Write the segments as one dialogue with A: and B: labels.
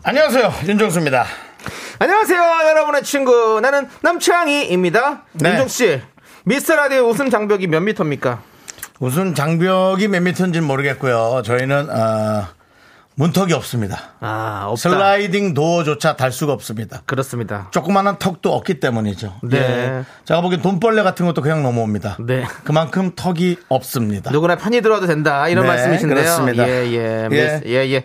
A: 안녕하세요 윤정수입니다.
B: 안녕하세요, 여러분의 친구. 나는 남창희입니다.
A: 네.
B: 윤정 씨, 미스터 라디오 웃음 장벽이 몇 미터입니까?
A: 우선 장벽이 몇 미터인지는 모르겠고요. 저희는 어, 문턱이 없습니다.
B: 아, 없다.
A: 슬라이딩 도어조차 달 수가 없습니다.
B: 그렇습니다.
A: 조그만한 턱도 없기 때문이죠.
B: 네.
A: 예. 제가 보기엔 돈벌레 같은 것도 그냥 넘어옵니다.
B: 네.
A: 그만큼 턱이 없습니다.
B: 누구나 편히 들어도 된다. 이런
A: 네,
B: 말씀이신데요.
A: 그렇습니다.
B: 예, 예.
A: 예.
B: 미스, 예, 예.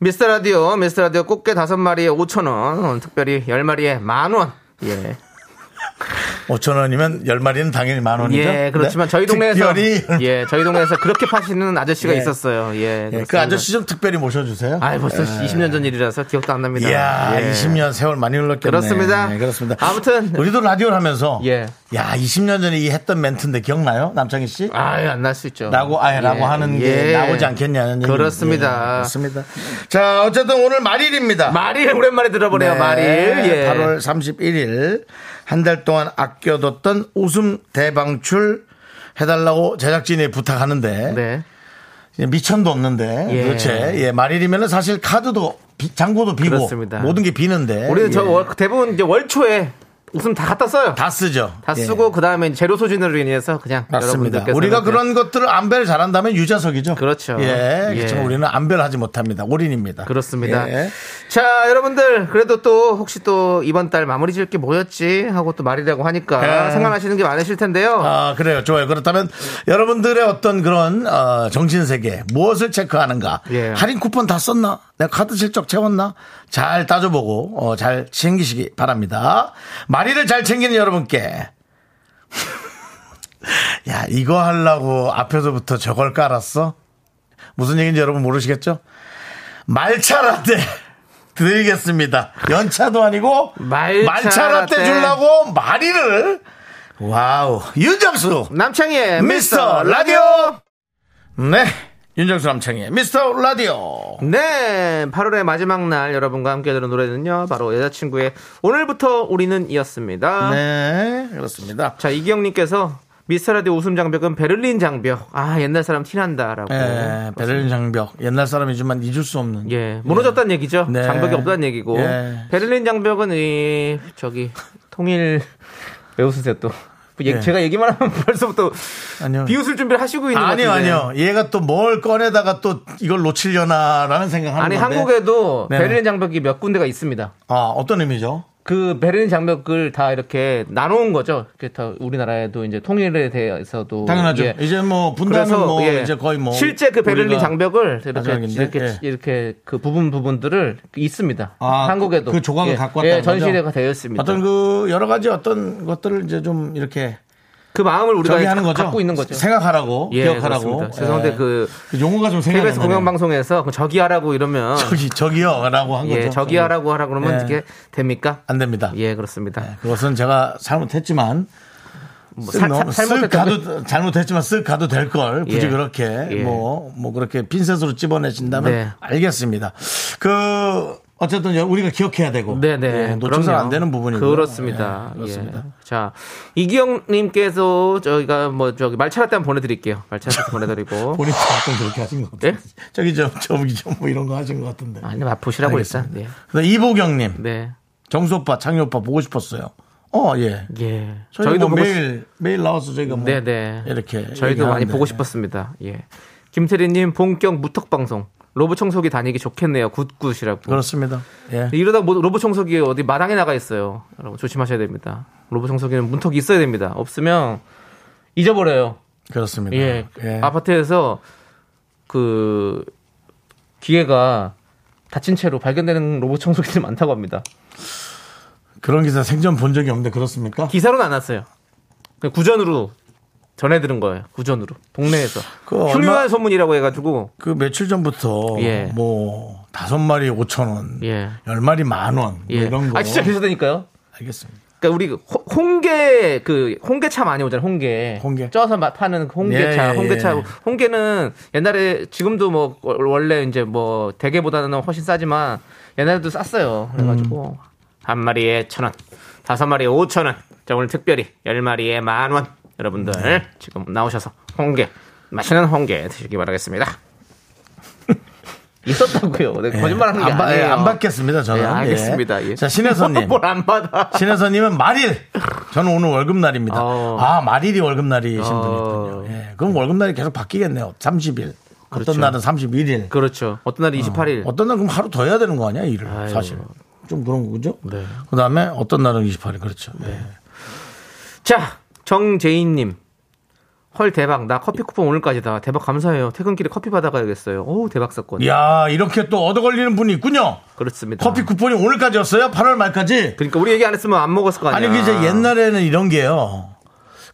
B: 미스터 라디오, 미스터 라디오 꽃게 다섯 마리에 5천 원, 특별히 열 마리에 만 원. 예.
A: 5천 원이면 열 마리는 당연히 만 원이죠.
B: 예, 그렇지만
A: 네.
B: 저희 동네에서
A: 특별히
B: 예, 저희 동네에서 그렇게 파시는 아저씨가
A: 예.
B: 있었어요. 예.
A: 예, 그
B: 그렇습니다.
A: 아저씨 좀 특별히 모셔주세요.
B: 아이, 벌써 20년 전 일이라서 기억도 안 납니다.
A: 이야,
B: 예.
A: 20년 세월 많이 흘렀겠네.
B: 그렇습니다.
A: 네, 그렇습니다.
B: 아무튼.
A: 우리도 라디오를 하면서
B: 예.
A: 야, 20년 전에 이 했던 멘트인데 기억나요? 남창희 씨?
B: 아유, 안 날 수 있죠.
A: 라고
B: 예,
A: 아예라고 하는 게
B: 예.
A: 나오지 않겠냐는 얘기.
B: 그렇습니다.
A: 예, 그렇습니다. 자, 어쨌든 오늘 말일입니다.
B: 말일 오랜만에 들어보네요.
A: 네,
B: 말일. 예.
A: 8월 31일 한 달 동안 아껴뒀던 웃음 대방출 해달라고 제작진이 부탁하는데
B: 네.
A: 예, 미천도 없는데
B: 예.
A: 도대체 예, 말일이면 은 사실 카드도 비- 장고도 비고
B: 그렇습니다.
A: 모든 게 비는데
B: 우리는
A: 예.
B: 저 월, 대부분 이제 월초에 웃음 다 갖다 써요. 다,
A: 다 쓰죠. 예.
B: 쓰고 그다음에 재료 소진으로 인해서 그냥
A: 맞습니다.
B: 여러분들께서
A: 우리가
B: 그냥
A: 그런 것들을 안배를 잘한다면 유자석이죠.
B: 그렇죠.
A: 예,
B: 예.
A: 그렇지만 우리는 안배를 하지 못합니다. 올인입니다.
B: 그렇습니다.
A: 예.
B: 자, 여러분들 그래도 또 혹시 또 이번 달 마무리 지을 게 뭐였지 하고 또 말이라고 하니까
A: 예.
B: 생각나시는 게 많으실 텐데요.
A: 아, 그래요. 좋아요. 그렇다면 여러분들의 어떤 그런 어, 정신세계 무엇을 체크하는가?
B: 예.
A: 할인 쿠폰 다 썼나? 내가 카드 실적 채웠나? 잘 따져보고 어, 잘 챙기시기 바랍니다. 마리를 잘 챙기는 여러분께 야 이거 하려고 앞에서부터 저걸 깔았어? 무슨 얘기인지 여러분 모르시겠죠? 말차라떼 드리겠습니다. 연차도 아니고
B: 말차
A: 말차라떼
B: 라떼.
A: 주려고 마리를 와우 윤정수
B: 남창희의
A: 미스터 라디오 네 윤정수 남창희 미스터 라디오
B: 네, 8월의 마지막 날 여러분과 함께 들은 노래는요. 바로 여자친구의 오늘부터 우리는 이었습니다.
A: 네 그렇습니다.
B: 자, 이기영님께서 미스터라디오 웃음 장벽은 베를린 장벽. 아, 옛날 사람 티난다라고.
A: 예, 베를린 장벽 옛날 사람이지만 잊을 수 없는
B: 예, 무너졌다는 얘기죠.
A: 네.
B: 장벽이 없다는 얘기고.
A: 예.
B: 베를린 장벽은 이 저기 통일 왜 웃으세요 또?
A: 예.
B: 제가 얘기만 하면 벌써부터
A: 아니요.
B: 비웃을 준비를 하시고 있는
A: 아니요
B: 것 같은데.
A: 아니요 얘가 또 뭘 꺼내다가 또 이걸 놓치려나라는 생각하는
B: 아니
A: 건데.
B: 한국에도
A: 네.
B: 베를린 장벽이 몇 군데가 있습니다.
A: 아 어떤 의미죠?
B: 그 베를린 장벽을 다 이렇게 나눠온 거죠. 그게 다 우리나라에도 이제 통일에 대해서도
A: 당연하죠.
B: 예.
A: 이제 뭐 분단은
B: 그래서
A: 뭐
B: 예.
A: 이제 거의 뭐
B: 실제 그 베를린
A: 우리가-
B: 장벽을 이렇게
A: 마지막인데?
B: 이렇게
A: 예.
B: 이렇게 그 부분 부분들을 있습니다.
A: 아,
B: 한국에도
A: 그 조각을
B: 예.
A: 갖고 왔다는
B: 예, 전시대가
A: 거죠?
B: 되어 있습니다.
A: 어떤
B: 그,
A: 그 여러 가지 어떤 것들을 이제 좀 이렇게
B: 그 마음을 우리가
A: 저기 하는 거죠.
B: 갖고 있는 거죠.
A: 생각하라고
B: 예,
A: 기억하라고.
B: 그렇습니다. 죄송한데
A: 예.
B: 그
A: 그 용어가 좀 생각이
B: KBS
A: 안 나네요.
B: 공영방송에서 그 저기하라고 이러면
A: 저기 저기요라고 한 거죠.
B: 예, 저기하라고 하라 그러면
A: 예.
B: 이게 됩니까?
A: 안 됩니다.
B: 예, 그렇습니다.
A: 그것은 제가 잘못했지만 쓱
B: 뭐 사-
A: 넘-
B: 사-
A: 쓱
B: 잘못했다고-
A: 가도 잘못했지만 쓱 가도 될 걸 굳이
B: 예.
A: 그렇게
B: 예.
A: 뭐 뭐 그렇게 핀셋으로 집어내신다면
B: 네.
A: 알겠습니다. 그 어쨌든 우리가 기억해야 되고
B: 네네.
A: 예, 놓쳐서는 안 되는 부분이고
B: 그렇습니다.
A: 예, 그렇습니다.
B: 예. 자, 이기영님께서 저희가 뭐 저기 말차라떼 한번 보내드릴게요. 말차라떼 보내드리고.
A: 본인도 가끔 그렇게 하신 것 같아요.
B: 네?
A: 저기 저 저기 저뭐 이런 거 하신 것 같은데.
B: 아니, 맛보시라고 일단. 네.
A: 그다음 이보경님,
B: 네.
A: 정수 오빠, 창희 오빠 보고 싶었어요. 어 예.
B: 예.
A: 저희도 뭐
B: 보고 싶-
A: 매일 매일 나와서 저희가 뭐
B: 네네.
A: 이렇게
B: 저희도 많이
A: 얘기하는데.
B: 보고 싶었습니다. 예. 김태리님 본격 무턱 방송. 로봇 청소기 다니기 좋겠네요. 굿굿이라고.
A: 그렇습니다. 예.
B: 이러다 뭐 로봇 청소기 어디 마당에 나가 있어요. 여러분 조심하셔야 됩니다. 로봇 청소기는 문턱이 있어야 됩니다. 없으면 잊어버려요.
A: 그렇습니다.
B: 예.
A: 예.
B: 아파트에서 그 기계가 다친 채로 발견되는 로봇 청소기들이 많다고 합니다.
A: 그런 기사 생전 본 적이 없는데 그렇습니까?
B: 기사로는 안 났어요. 그냥 구전으로 전해 들은 거예요. 구전으로 동네에서
A: 그거
B: 흉흉한
A: 얼마-
B: 소문이라고 해가지고
A: 그 며칠 전부터
B: 예.
A: 뭐 다섯 마리 5천 원,
B: 예.
A: 열 마리 만 원, 뭐
B: 예.
A: 이런 거.
B: 아 진짜 계셔다니까요.
A: 알겠습니다.
B: 그러니까 우리 호- 홍게 그 홍게차 많이 오잖아요. 홍게.
A: 홍게.
B: 쪄서 마- 파는 그 홍게차.
A: 예, 예,
B: 홍게차.
A: 예.
B: 홍게는 옛날에 지금도 뭐 월- 원래 이제 뭐 대게보다는 훨씬 싸지만 옛날에도 쌌어요. 그래가지고 한 마리에 천 원, 다섯 마리에 오천 원. 자 오늘 특별히 열 마리에 만 원. 여러분들 지금 나오셔서 홍게 맛있는 홍게 드시기 바라겠습니다. 있었다고요. 내가 거짓말하는 게
A: 안, 받- 예,
B: 아니에요.
A: 안 받겠습니다, 저는.
B: 예, 알겠습니다. 예.
A: 자, 신혜선님.
B: 뭘안 받아.
A: 신혜선님은 말일. 저는 오늘 월급날입니다.
B: 어.
A: 아, 말일이 월급날이신
B: 어.
A: 분이군요. 예. 그럼 월급날이 계속 바뀌겠네요. 30일.
B: 그렇죠.
A: 어떤 날은 31일.
B: 그렇죠. 어떤 날이 28일.
A: 어떤 날은 그럼 하루 더 해야 되는 거 아니야, 일을.
B: 아이고.
A: 사실. 좀 그런 거죠?
B: 네.
A: 그 다음에 어떤 날은 28일. 그렇죠. 예.
B: 자, 정재인님. 헐 대박 나 커피 쿠폰 오늘까지다 대박 감사해요 퇴근길에 커피 받아가야겠어요 오 대박 사건
A: 네. 이야, 이렇게 또 얻어 걸리는 분이 있군요.
B: 그렇습니다
A: 커피 쿠폰이 오늘까지였어요? 8월 말까지?
B: 그러니까 우리 얘기 안 했으면 안 먹었을 거
A: 아니,
B: 아니야
A: 그 이제 옛날에는 이런 게요.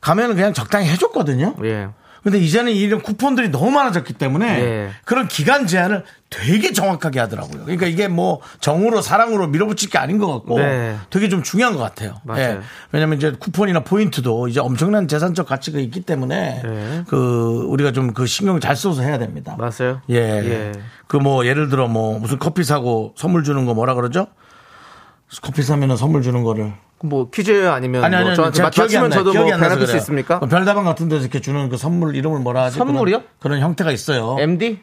A: 가면은 그냥 적당히 해줬거든요.
B: 예
A: 근데 이제는 이런 쿠폰들이 너무 많아졌기 때문에
B: 예.
A: 그런 기간 제한을 되게 정확하게 하더라고요. 그러니까 이게 뭐 정으로 사랑으로 밀어붙일 게 아닌 것 같고
B: 네.
A: 되게 좀 중요한 것 같아요. 예.
B: 맞아요.
A: 왜냐면 이제 쿠폰이나 포인트도 이제 엄청난 재산적 가치가 있기 때문에
B: 네.
A: 그 우리가 좀 그 신경을 잘 써서 해야 됩니다.
B: 맞아요
A: 예.
B: 예.
A: 그 뭐 예를 들어 뭐 무슨 커피 사고 선물 주는 거 뭐라 그러죠? 커피 사면은 선물 주는 거를
B: 뭐 퀴즈 아니면
A: 아니 아니
B: 뭐
A: 아니
B: 저한테
A: 제가
B: 맞-
A: 기억이 안
B: 맞추면
A: 나요.
B: 저도 뭐
A: 기억이 안 나서
B: 변화될 수
A: 그래요.
B: 있습니까
A: 그 별다방 같은 데서 이렇게 주는 그 선물 이름을 뭐라 하지?
B: 선물이요?
A: 그런, 그런 형태가 있어요.
B: MD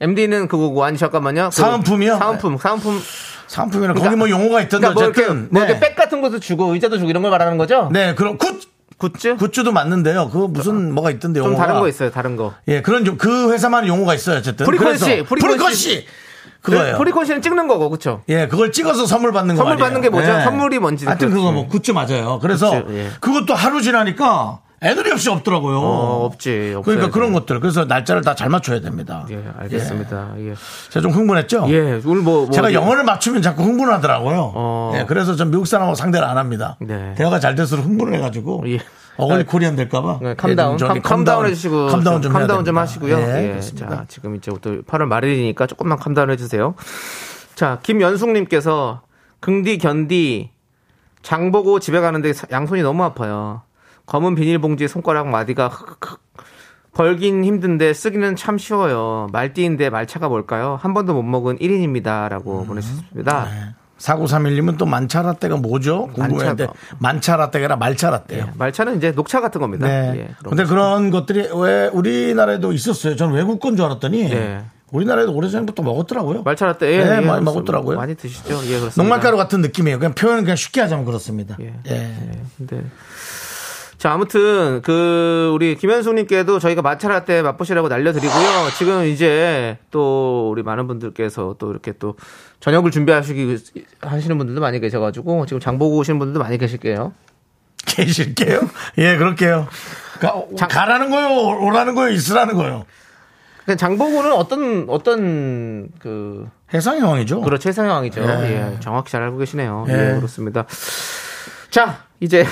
B: MD는 그거고 아니 잠깐만요 그
A: 사은품이요?
B: 사은품 사은품
A: 상품이나
B: 그러니까-
A: 거기 뭐 용어가 있던데
B: 그러니까 뭐 이렇게
A: 어쨌든
B: 뭐
A: 네.
B: 이렇게 백 같은 것도 주고 의자도 주고 이런 걸 말하는 거죠
A: 네, 그럼 굿
B: 굿즈
A: 굿즈도 맞는데요. 그 무슨 뭐가 있던데
B: 좀
A: 용어가
B: 다른 거 있어요 다른 거
A: 예, 그런 좀- 그 회사만 용어가 있어요. 어쨌든
B: 프리퀀시,
A: 그래서
B: 프리퀀시.
A: 프리퀀시 그거예요.
B: 네? 프리콘시는 찍는 거고 그쵸
A: 예, 그걸 찍어서 선물 받는 거
B: 선물
A: 아니에요.
B: 받는 게 뭐죠?
A: 예.
B: 선물이 뭔지.
A: 하여튼 그거 뭐 굿즈
B: 그렇지.
A: 맞아요. 그래서
B: 굿즈, 예.
A: 그것도 하루 지나니까 애들이 없이 없더라고요.
B: 어, 없지. 없어야
A: 그러니까
B: 돼.
A: 그런 것들. 그래서 날짜를 다 잘 맞춰야 됩니다.
B: 예, 알겠습니다. 예.
A: 제가 좀 흥분했죠?
B: 예, 오늘 뭐, 뭐
A: 제가
B: 어디-
A: 영어를 맞추면 자꾸 흥분하더라고요.
B: 어.
A: 예, 그래서 전 미국 사람하고 상대를 안 합니다.
B: 네.
A: 대화가 잘 될수록 흥분을 해가지고
B: 예.
A: 어글리 코리안 될까봐. 예,
B: 네, 캄다운, 캄, 캄다운 해주시고,
A: 캄다운 좀, 해야
B: 캄다운 좀
A: 됩니다.
B: 하시고요.
A: 예,
B: 예,
A: 그렇습니다.
B: 자, 지금 이제 또 8월 말일이니까 조금만 캄다운 해주세요. 자, 김연숙님께서 긍디 견디 장 보고 집에 가는데 사- 양손이 너무 아파요. 검은 비닐봉지 손가락 마디가 흑흑 벌긴 힘든데 쓰기는 참 쉬워요. 말띠인데 말차가 뭘까요? 한 번도 못 먹은 1인입니다라고
A: 음.
B: 보내셨습니다.
A: 네. 사고삼일님은 또 만차라떼가 뭐죠? 궁금했는데
B: 만차가.
A: 만차라떼가 아니라 말차라떼요.
B: 예, 말차는 이제 녹차 같은 겁니다.
A: 네.
B: 예, 그런
A: 근데 그런 것들이 왜 우리나라에도 있었어요. 전 외국 건 줄 알았더니
B: 예.
A: 우리나라에도 오래전부터 먹었더라고요.
B: 말차라떼 예,
A: 네,
B: 예,
A: 많이
B: 그렇습니다.
A: 먹었더라고요.
B: 많이 드시죠? 예, 그렇습니다.
A: 녹말가루 같은 느낌이에요. 그냥 표현을 그냥 쉽게 하자면 그렇습니다.
B: 예.
A: 예.
B: 예, 근데 자 아무튼 그 우리 김현숙님께도 저희가 마차라떼 맛보시라고 날려드리고요. 지금 이제 또 우리 많은 분들께서 또 이렇게 또 저녁을 준비하시기 하시는 분들도 많이 계셔가지고 지금 장 보고 오시는 분들도 많이 계실게요.
A: 계실게요? 예, 그럴게요. 가,
B: 장-
A: 라는 거요, 오라는 거요, 있으라는 거요.
B: 근데 장 보고는 어떤 어떤 그
A: 해상의 왕이죠.
B: 그렇죠. 해상왕이죠.
A: 예.
B: 예, 정확히 잘 알고 계시네요.
A: 예.
B: 예, 그렇습니다. 자, 이제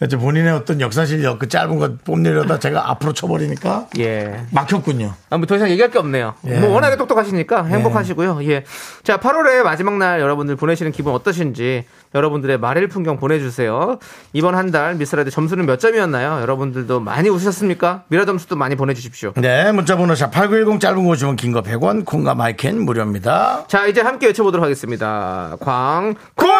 A: 이제 본인의 어떤 역사 실력, 그 짧은 거 뽐내려다 제가 앞으로 쳐버리니까
B: 예.
A: 막혔군요.
B: 아, 뭐더 이상 얘기할 게 없네요.
A: 예.
B: 뭐 워낙에 똑똑하시니까 행복하시고요. 예. 자, 8월의 마지막 날 여러분들 보내시는 기분 어떠신지 여러분들의 말일 풍경 보내주세요. 이번 한 달 미스라드 점수는 몇 점이었나요? 여러분들도 많이 웃으셨습니까? 미라 점수도 많이 보내주십시오.
A: 네, 문자번호 샵8910 짧은 거 오시면 긴 거 100원, 콩과 마이켄 무료입니다.
B: 자, 이제 함께 외쳐보도록 하겠습니다. 광,
A: 코너!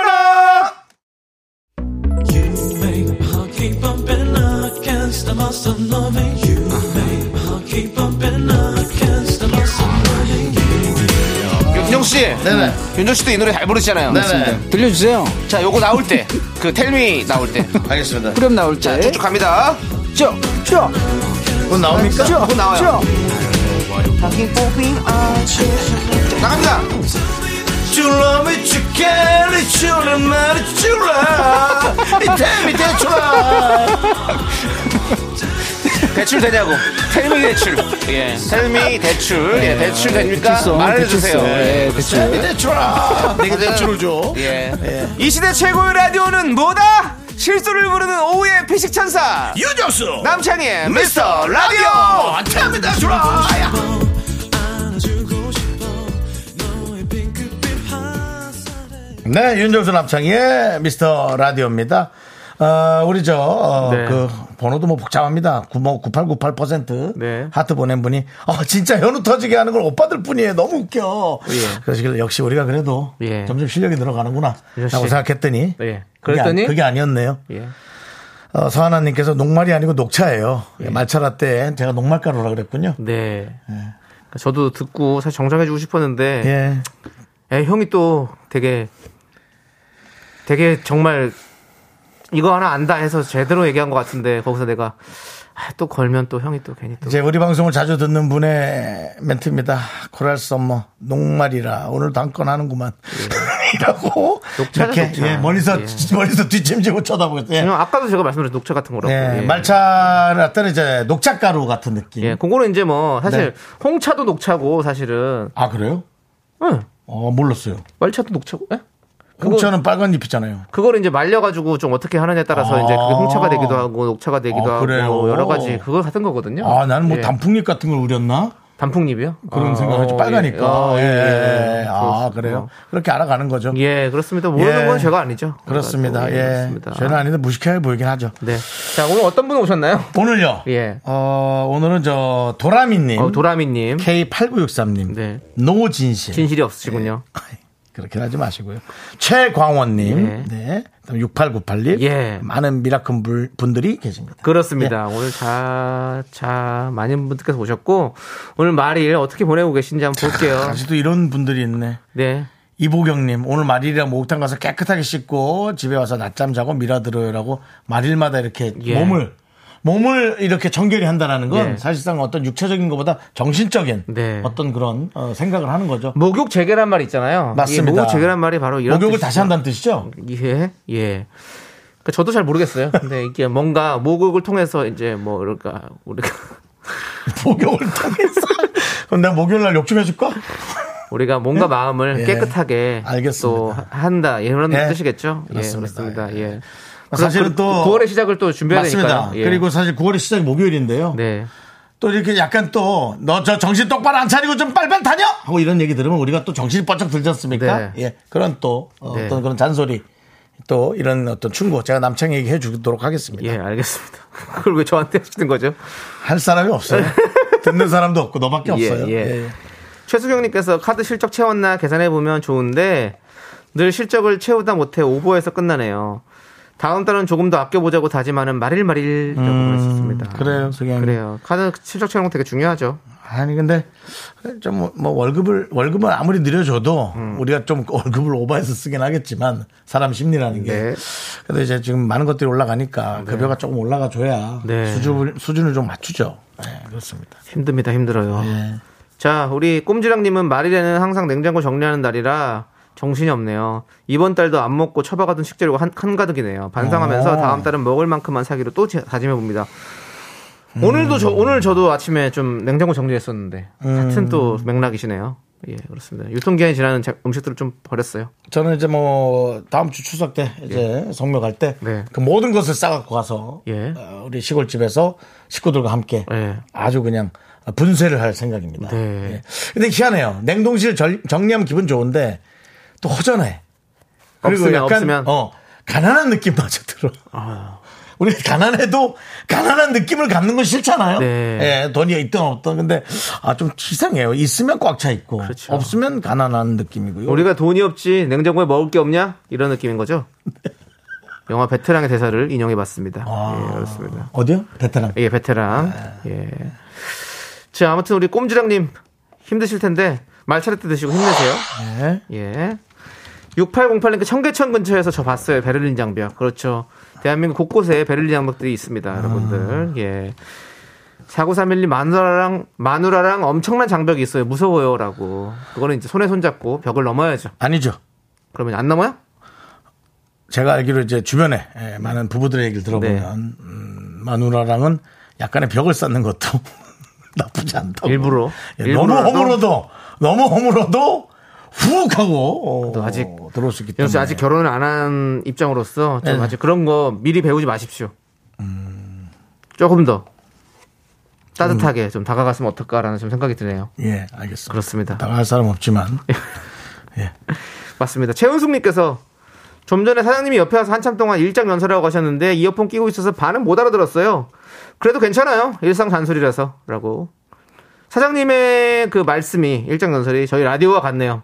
C: Make my heart keep bumping against the must of loving you. Make my heart keep bumping against the must of loving you.
D: 윤정씨
A: 네네.
D: 윤정씨도 이 노래 잘 부르시잖아요
A: 네네.
E: 들려주세요.
D: 자 요거 나올 때그 텔미 나올 때
A: 알겠습니다. 네.
E: 그럼 나올 때.
D: 쭉쭉 갑니다
E: 쭉, 쭉,
A: 그건 나옵니까?
D: 요거 나와요
E: 쭉.
D: 나갑니다
A: You love me, you care, you love me, you love. 이 템이 대출아.
D: 대출 되냐고 텔미 대출 예 텔미 대출 예 대출 됩니까
E: 대출성,
D: 말해주세요
E: 대출성.
D: 예.
E: 예, 대출.
A: 이 대출아. 내가 대출을 줘.
D: 예. 이 시대 최고의 라디오는 뭐다 실수를 부르는 오후의 피식 천사
A: 유정수.
D: 남창희의 미스터 라디오
A: 템이 대출아.
C: 안아주고 싶어.
A: 네, 윤정수 남창희의 미스터 라디오입니다. 어, 우리 저, 어,
B: 네.
A: 그, 번호도 뭐 복잡합니다. 9898%
B: 네.
A: 하트 보낸 분이, 어, 진짜 현우 터지게 하는 건 오빠들 뿐이에요. 너무 웃겨.
B: 예.
A: 그러시길 역시 우리가 그래도
B: 예.
A: 점점 실력이 늘어가는구나.
B: 역시.
A: 라고 생각했더니.
B: 예.
A: 그게 아-
B: 그랬더니?
A: 그게 아니었네요.
B: 예.
A: 어, 서하나님께서 녹말이 아니고 녹차예요. 말차라 떼 제가 녹말가루라 그랬군요.
B: 네. 저도 듣고 사실 정정해주고 싶었는데
A: 예.
B: 에, 형이 또 되게 되게 정말 이거 하나 안다 해서 제대로 얘기한 것 같은데 거기서 내가 아, 또 걸면 또 형이 또 괜히
D: 예.
B: 또
A: 이제 우리 방송을 자주 듣는 분의 멘트입니다. 코랄 썸머 녹말이라 오늘 당권하는구만 이라고
B: 예. 녹차죠,
A: 이렇게
B: 녹차.
A: 예, 멀리서
B: 예.
A: 멀리서 뒷짐지고 쳐다보겠다. 예.
B: 그냥 아까도 제가 말씀드린 녹차 같은 거라고
A: 예,
B: 예.
A: 말차를 갖다는 이제 녹차 가루 같은 느낌.
B: 예, 그거는 이제 뭐 사실
A: 음. 네.
B: 홍차도 녹차고 사실은
A: 아 그래요?
B: 응,
A: 어 몰랐어요.
B: 말차도 녹차고 예? 그거-
A: 홍차는 빨간 잎이잖아요.
B: 그걸 이제 말려가지고 좀 어떻게 하느냐에 따라서
A: 아.
B: 이제 그게 홍차가 되기도 하고 녹차가 되기도
A: 아, 그래요?
B: 하고 여러 가지 그거 같은 거거든요.
A: 아 나는 뭐
B: 예.
A: 단풍잎 같은 걸 우렸나
B: 단풍잎이요?
A: 그런
B: 아,
A: 생각하지
B: 어,
A: 빨가니까.
B: 아,
A: 예, 예. 아
B: 그렇습니다.
A: 그래요? 그렇게 알아가는 거죠.
B: 예, 그렇습니다. 모르는
A: 예.
B: 건 죄가 아니죠.
A: 그렇습니다.
B: 또,
A: 예,
B: 그렇습니다.
A: 저는 아닌데 무식해 보이긴 하죠.
B: 네. 자, 오늘 어떤 분 오셨나요?
A: 오늘요.
B: 예.
A: 어, 오늘은 저 도라미님,
B: 어, 도라미님.
A: K8963님,
B: 네.
A: 노진실.
B: 진실이
A: 예.
B: 없으시군요.
A: 그렇게 하지 마시고요. 최광원님,
B: 네.
A: 네. 그다음 6898님,
B: 예.
A: 많은 미라클 불- 분들이 계십니다. 네.
B: 그렇습니다. 오늘 자, 자, 많은 분들께서 오셨고, 오늘 말일 어떻게 보내고 계신지 한번 볼게요.
A: 다시 또 이런 분들이 있네.
B: 네.
A: 이보경님, 오늘 말일이랑 목욕탕 가서 깨끗하게 씻고 집에 와서 낮잠 자고 미라 들어요라고 말일마다 이렇게
B: 예.
A: 몸을 몸을 이렇게 정결히 한다라는 건
B: 예.
A: 사실상 어떤 육체적인 것보다 정신적인
B: 네.
A: 어떤 그런 어, 생각을 하는 거죠.
B: 목욕 재개란 말 있잖아요.
A: 맞습니다.
B: 이 목욕 재개란 예, 뭐 말이 바로 이런
A: 목욕을
B: 뜻이죠.
A: 다시 한다는 뜻이죠?
B: 예, 예. 그러니까 저도 잘 모르겠어요. 근데 이게 뭔가 목욕을 통해서 이제 뭐 그럴까 우리가
A: 목욕을 통해서. 그럼 내가 목요일 날 욕 좀 해줄까?
B: 우리가 뭔가 마음을
A: 예.
B: 깨끗하게
A: 알겠습니다.
B: 또 하- 한다 예, 이런
A: 예.
B: 뜻이겠죠.
A: 그렇습니다.
B: 예, 그렇습니다. 예.
A: 사실은 또
B: 9월의 시작을 또 준비해야
A: 맞습니다.
B: 되니까. 예.
A: 그리고 사실 9월이 시작이 목요일인데요.
B: 네,
A: 또 이렇게 약간 또 너 저 정신 똑바로 안 차리고 좀 빨빨 다녀 하고 이런 얘기 들으면 우리가 또 정신이 번쩍 들지 않습니까?
B: 네.
A: 예, 그런 또 어,
B: 네.
A: 어떤 그런 잔소리 또 이런 어떤 충고 제가 남창에게 해주도록 하겠습니다.
B: 예, 알겠습니다. 그걸 왜 저한테 하시는 거죠?
A: 할 사람이 없어요. 듣는 사람도 없고 너밖에
B: 예,
A: 없어요.
B: 예.
A: 예.
B: 최수경님께서 카드 실적 채웠나 계산해 보면 좋은데 늘 실적을 채우다 못해 오버해서 끝나네요. 다음 달은 조금 더 아껴보자고 다짐하는 말일 말일이라고 하셨습니다.
A: 음, 그래요, 수경님.
B: 그래요. 카드 실적 채우는 거 되게 중요하죠.
A: 아니 근데 좀 뭐 월급을 월급은 아무리 늘려줘도
B: 음.
A: 우리가 좀 월급을 오버해서 쓰긴 하겠지만 사람 심리라는 게
B: 네.
A: 근데 이제 지금 많은 것들이 올라가니까 급여가 조금 올라가 줘야
B: 네.
A: 수준을 수준을 좀 맞추죠. 네, 그렇습니다.
B: 힘듭니다, 힘들어요.
A: 예.
B: 자, 우리 꼼지랑님은 말일에는 항상 냉장고 정리하는 날이라 정신이 없네요. 이번 달도 안 먹고 처박아둔 식재료가 한, 한가득이네요. 반성하면서
A: 오.
B: 다음 달은 먹을 만큼만 사기로 또 제- 다짐해봅니다. 오늘도 저, 오늘 저도 아침에 좀 냉장고 정리했었는데, 같은 또 맥락이시네요. 예, 그렇습니다. 유통기한이 지나는 자- 음식들을 좀 버렸어요.
A: 저는 이제 뭐 다음 주 추석 때 이제 성묘 갈 때 그
B: 네.
A: 모든 것을 싸갖고 가서
B: 예.
A: 어, 우리 시골집에서 식구들과 함께
B: 예.
A: 아주 그냥 분쇄를 할 생각입니다.
B: 네.
A: 예. 근데 희한해요. 냉동실 절- 정리하면 기분 좋은데 또 허전해.
B: 없으면, 없으면.
A: 어 가난한 느낌 마저 들어. 우리 가난해도 가난한 느낌을 갖는 건 싫잖아요.
B: 네.
A: 예, 돈이 있든 없든 근데 아 좀 이상해요. 있으면 꽉 차 있고
B: 그렇죠.
A: 없으면 가난한 느낌이고요.
B: 우리가 돈이 없지, 냉장고에 먹을 게 없냐? 이런 느낌인 거죠. 영화 베테랑의 대사를 인용해봤습니다.
A: 아.
B: 예, 그렇습니다.
A: 어디요? 베테랑.
B: 예, 베테랑. 예. 자, 아무튼 우리 꼼지랑님 힘드실 텐데 말차례 때 드시고 힘내세요.
A: 네.
B: 예. 6808님께 청계천 근처에서 저 봤어요. 베를린 장벽. 그렇죠. 대한민국 곳곳에 베를린 장벽들이 있습니다. 여러분들. 예. 4931님 마누라랑 마누라랑 엄청난 장벽이 있어요. 무서워요라고. 그거는 이제 손에 손잡고 벽을 넘어야죠.
A: 아니죠.
B: 그러면 안 넘어요?
A: 제가 알기로 이제 주변에 예, 많은 부부들의 얘기를 들어보면
B: 네.
A: 음, 마누라랑은 약간의 벽을 쌓는 것도 나쁘지 않다고.
B: 음, 일부러.
A: 예, 너무
B: 일부러라도.
A: 허물어도 너무 허물어도 훅 하고
B: 또
A: 어,
B: 아직
A: 들어올 수 있기 때문에
B: 연수 아직 결혼을 안 한 입장으로서 좀
A: 네.
B: 아직 그런 거 미리 배우지 마십시오. 조금 더 따뜻하게 좀 다가갔으면 어떨까라는 좀 생각이 드네요.
A: 예 알겠습니다.
B: 그렇습니다.
A: 당할 사람 없지만
B: 맞습니다. 최은숙님께서 좀 전에 사장님이 옆에 와서 한참 동안 일장 연설하고 하셨는데 이어폰 끼고 있어서 반은 못 알아들었어요. 그래도 괜찮아요. 일상 잔소리라서라고 사장님의 그 말씀이 일장 연설이 저희 라디오와 같네요.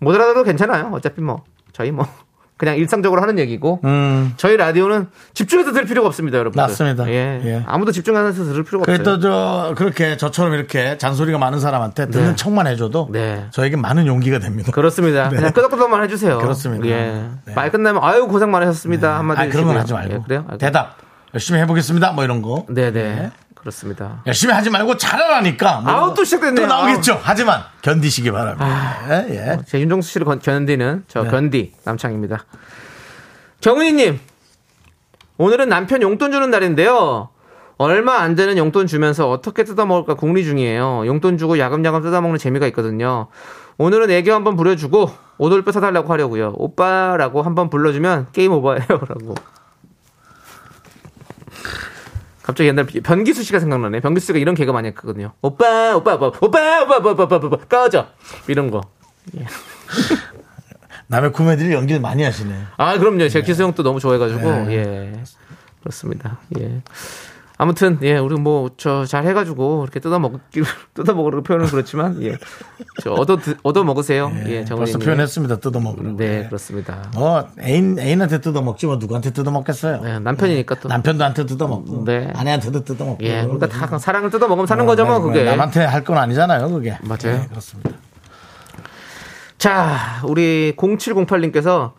B: 못 알아들어도 괜찮아요. 어차피 뭐 저희 뭐 그냥 일상적으로 하는 얘기고
A: 음.
B: 저희 라디오는 집중해서 들을 필요가 없습니다, 여러분.
A: 맞습니다.
B: 예.
A: 예.
B: 아무도 집중해서 들을 필요가
A: 그래
B: 없어요.
A: 또저 그렇게 저처럼 이렇게 잔소리가 많은 사람한테 듣는
B: 네.
A: 척만 해줘도
B: 네.
A: 저에게 많은 용기가 됩니다.
B: 그렇습니다. 그냥 끄덕끄덕만 해주세요.
A: 네. 그렇습니다.
B: 예.
A: 네.
B: 말 끝나면 아유 고생 많으셨습니다 한마디.
A: 아 그런 건
B: 해주시고요.
A: 하지 말고
B: 예, 그래요? 아이고.
A: 대답 열심히 해보겠습니다. 뭐 이런 거
B: 네네 그렇습니다.
A: 열심히 하지 말고 잘하라니까. 뭐
B: 아우, 또 시작됐네요. 아.
A: 또 나오겠죠. 하지만 견디시기 바랍니다. 예, 예.
B: 어, 제 윤종수 씨를 건- 견디는 저
A: 네.
B: 견디 남창입니다. 정은희님 오늘은 남편 용돈 주는 날인데요. 얼마 안 되는 용돈 주면서 어떻게 뜯어먹을까 궁리 중이에요. 용돈 주고 야금야금 뜯어먹는 재미가 있거든요. 오늘은 애교 한번 부려주고 오돌뼈 사달라고 하려고요. 오빠라고 한번 불러주면 게임 오버예요라고. 갑자기 옛날 변기수 씨가 생각나네. 변기수 씨가 이런 개그 많이 했거든요. 오빠, 오빠, 오빠, 오빠, 오빠, 오빠, 오빠, 오빠, 오빠, 꺼져. 이런 거.
A: 남의 구매들이 연기를 많이 하시네. 네.
B: 아, 그럼요. 제가 기수 형도 너무 좋아해가지고, 예. 그렇습니다. 예. 아무튼, 예, 우리 뭐, 저, 잘 해가지고, 이렇게 뜯어먹기, 뜯어먹으라고 표현은 그렇지만, 예. 저, 얻어, 드- 얻어 먹으세요. 예, 정훈이.
A: 네, 벌써 표현했습니다. 뜯어먹으라고. 예.
B: 네, 그렇습니다.
A: 뭐 애인 애인한테 뜯어먹지 뭐 누구한테 뜯어먹겠어요.
B: 네, 남편이니까 또.
A: 남편도한테 음. 뜯어먹고
B: 네.
A: 아내한테도 뜯어먹고.
B: 예, 그러니까 다 사랑을 뜯어먹으면 사는 거죠,
A: 네,
B: 뭐, 그게.
A: 남한테 할 건 아니잖아요, 그게.
B: 맞아요.
A: 예, 그렇습니다.
B: 자, 우리 0708님께서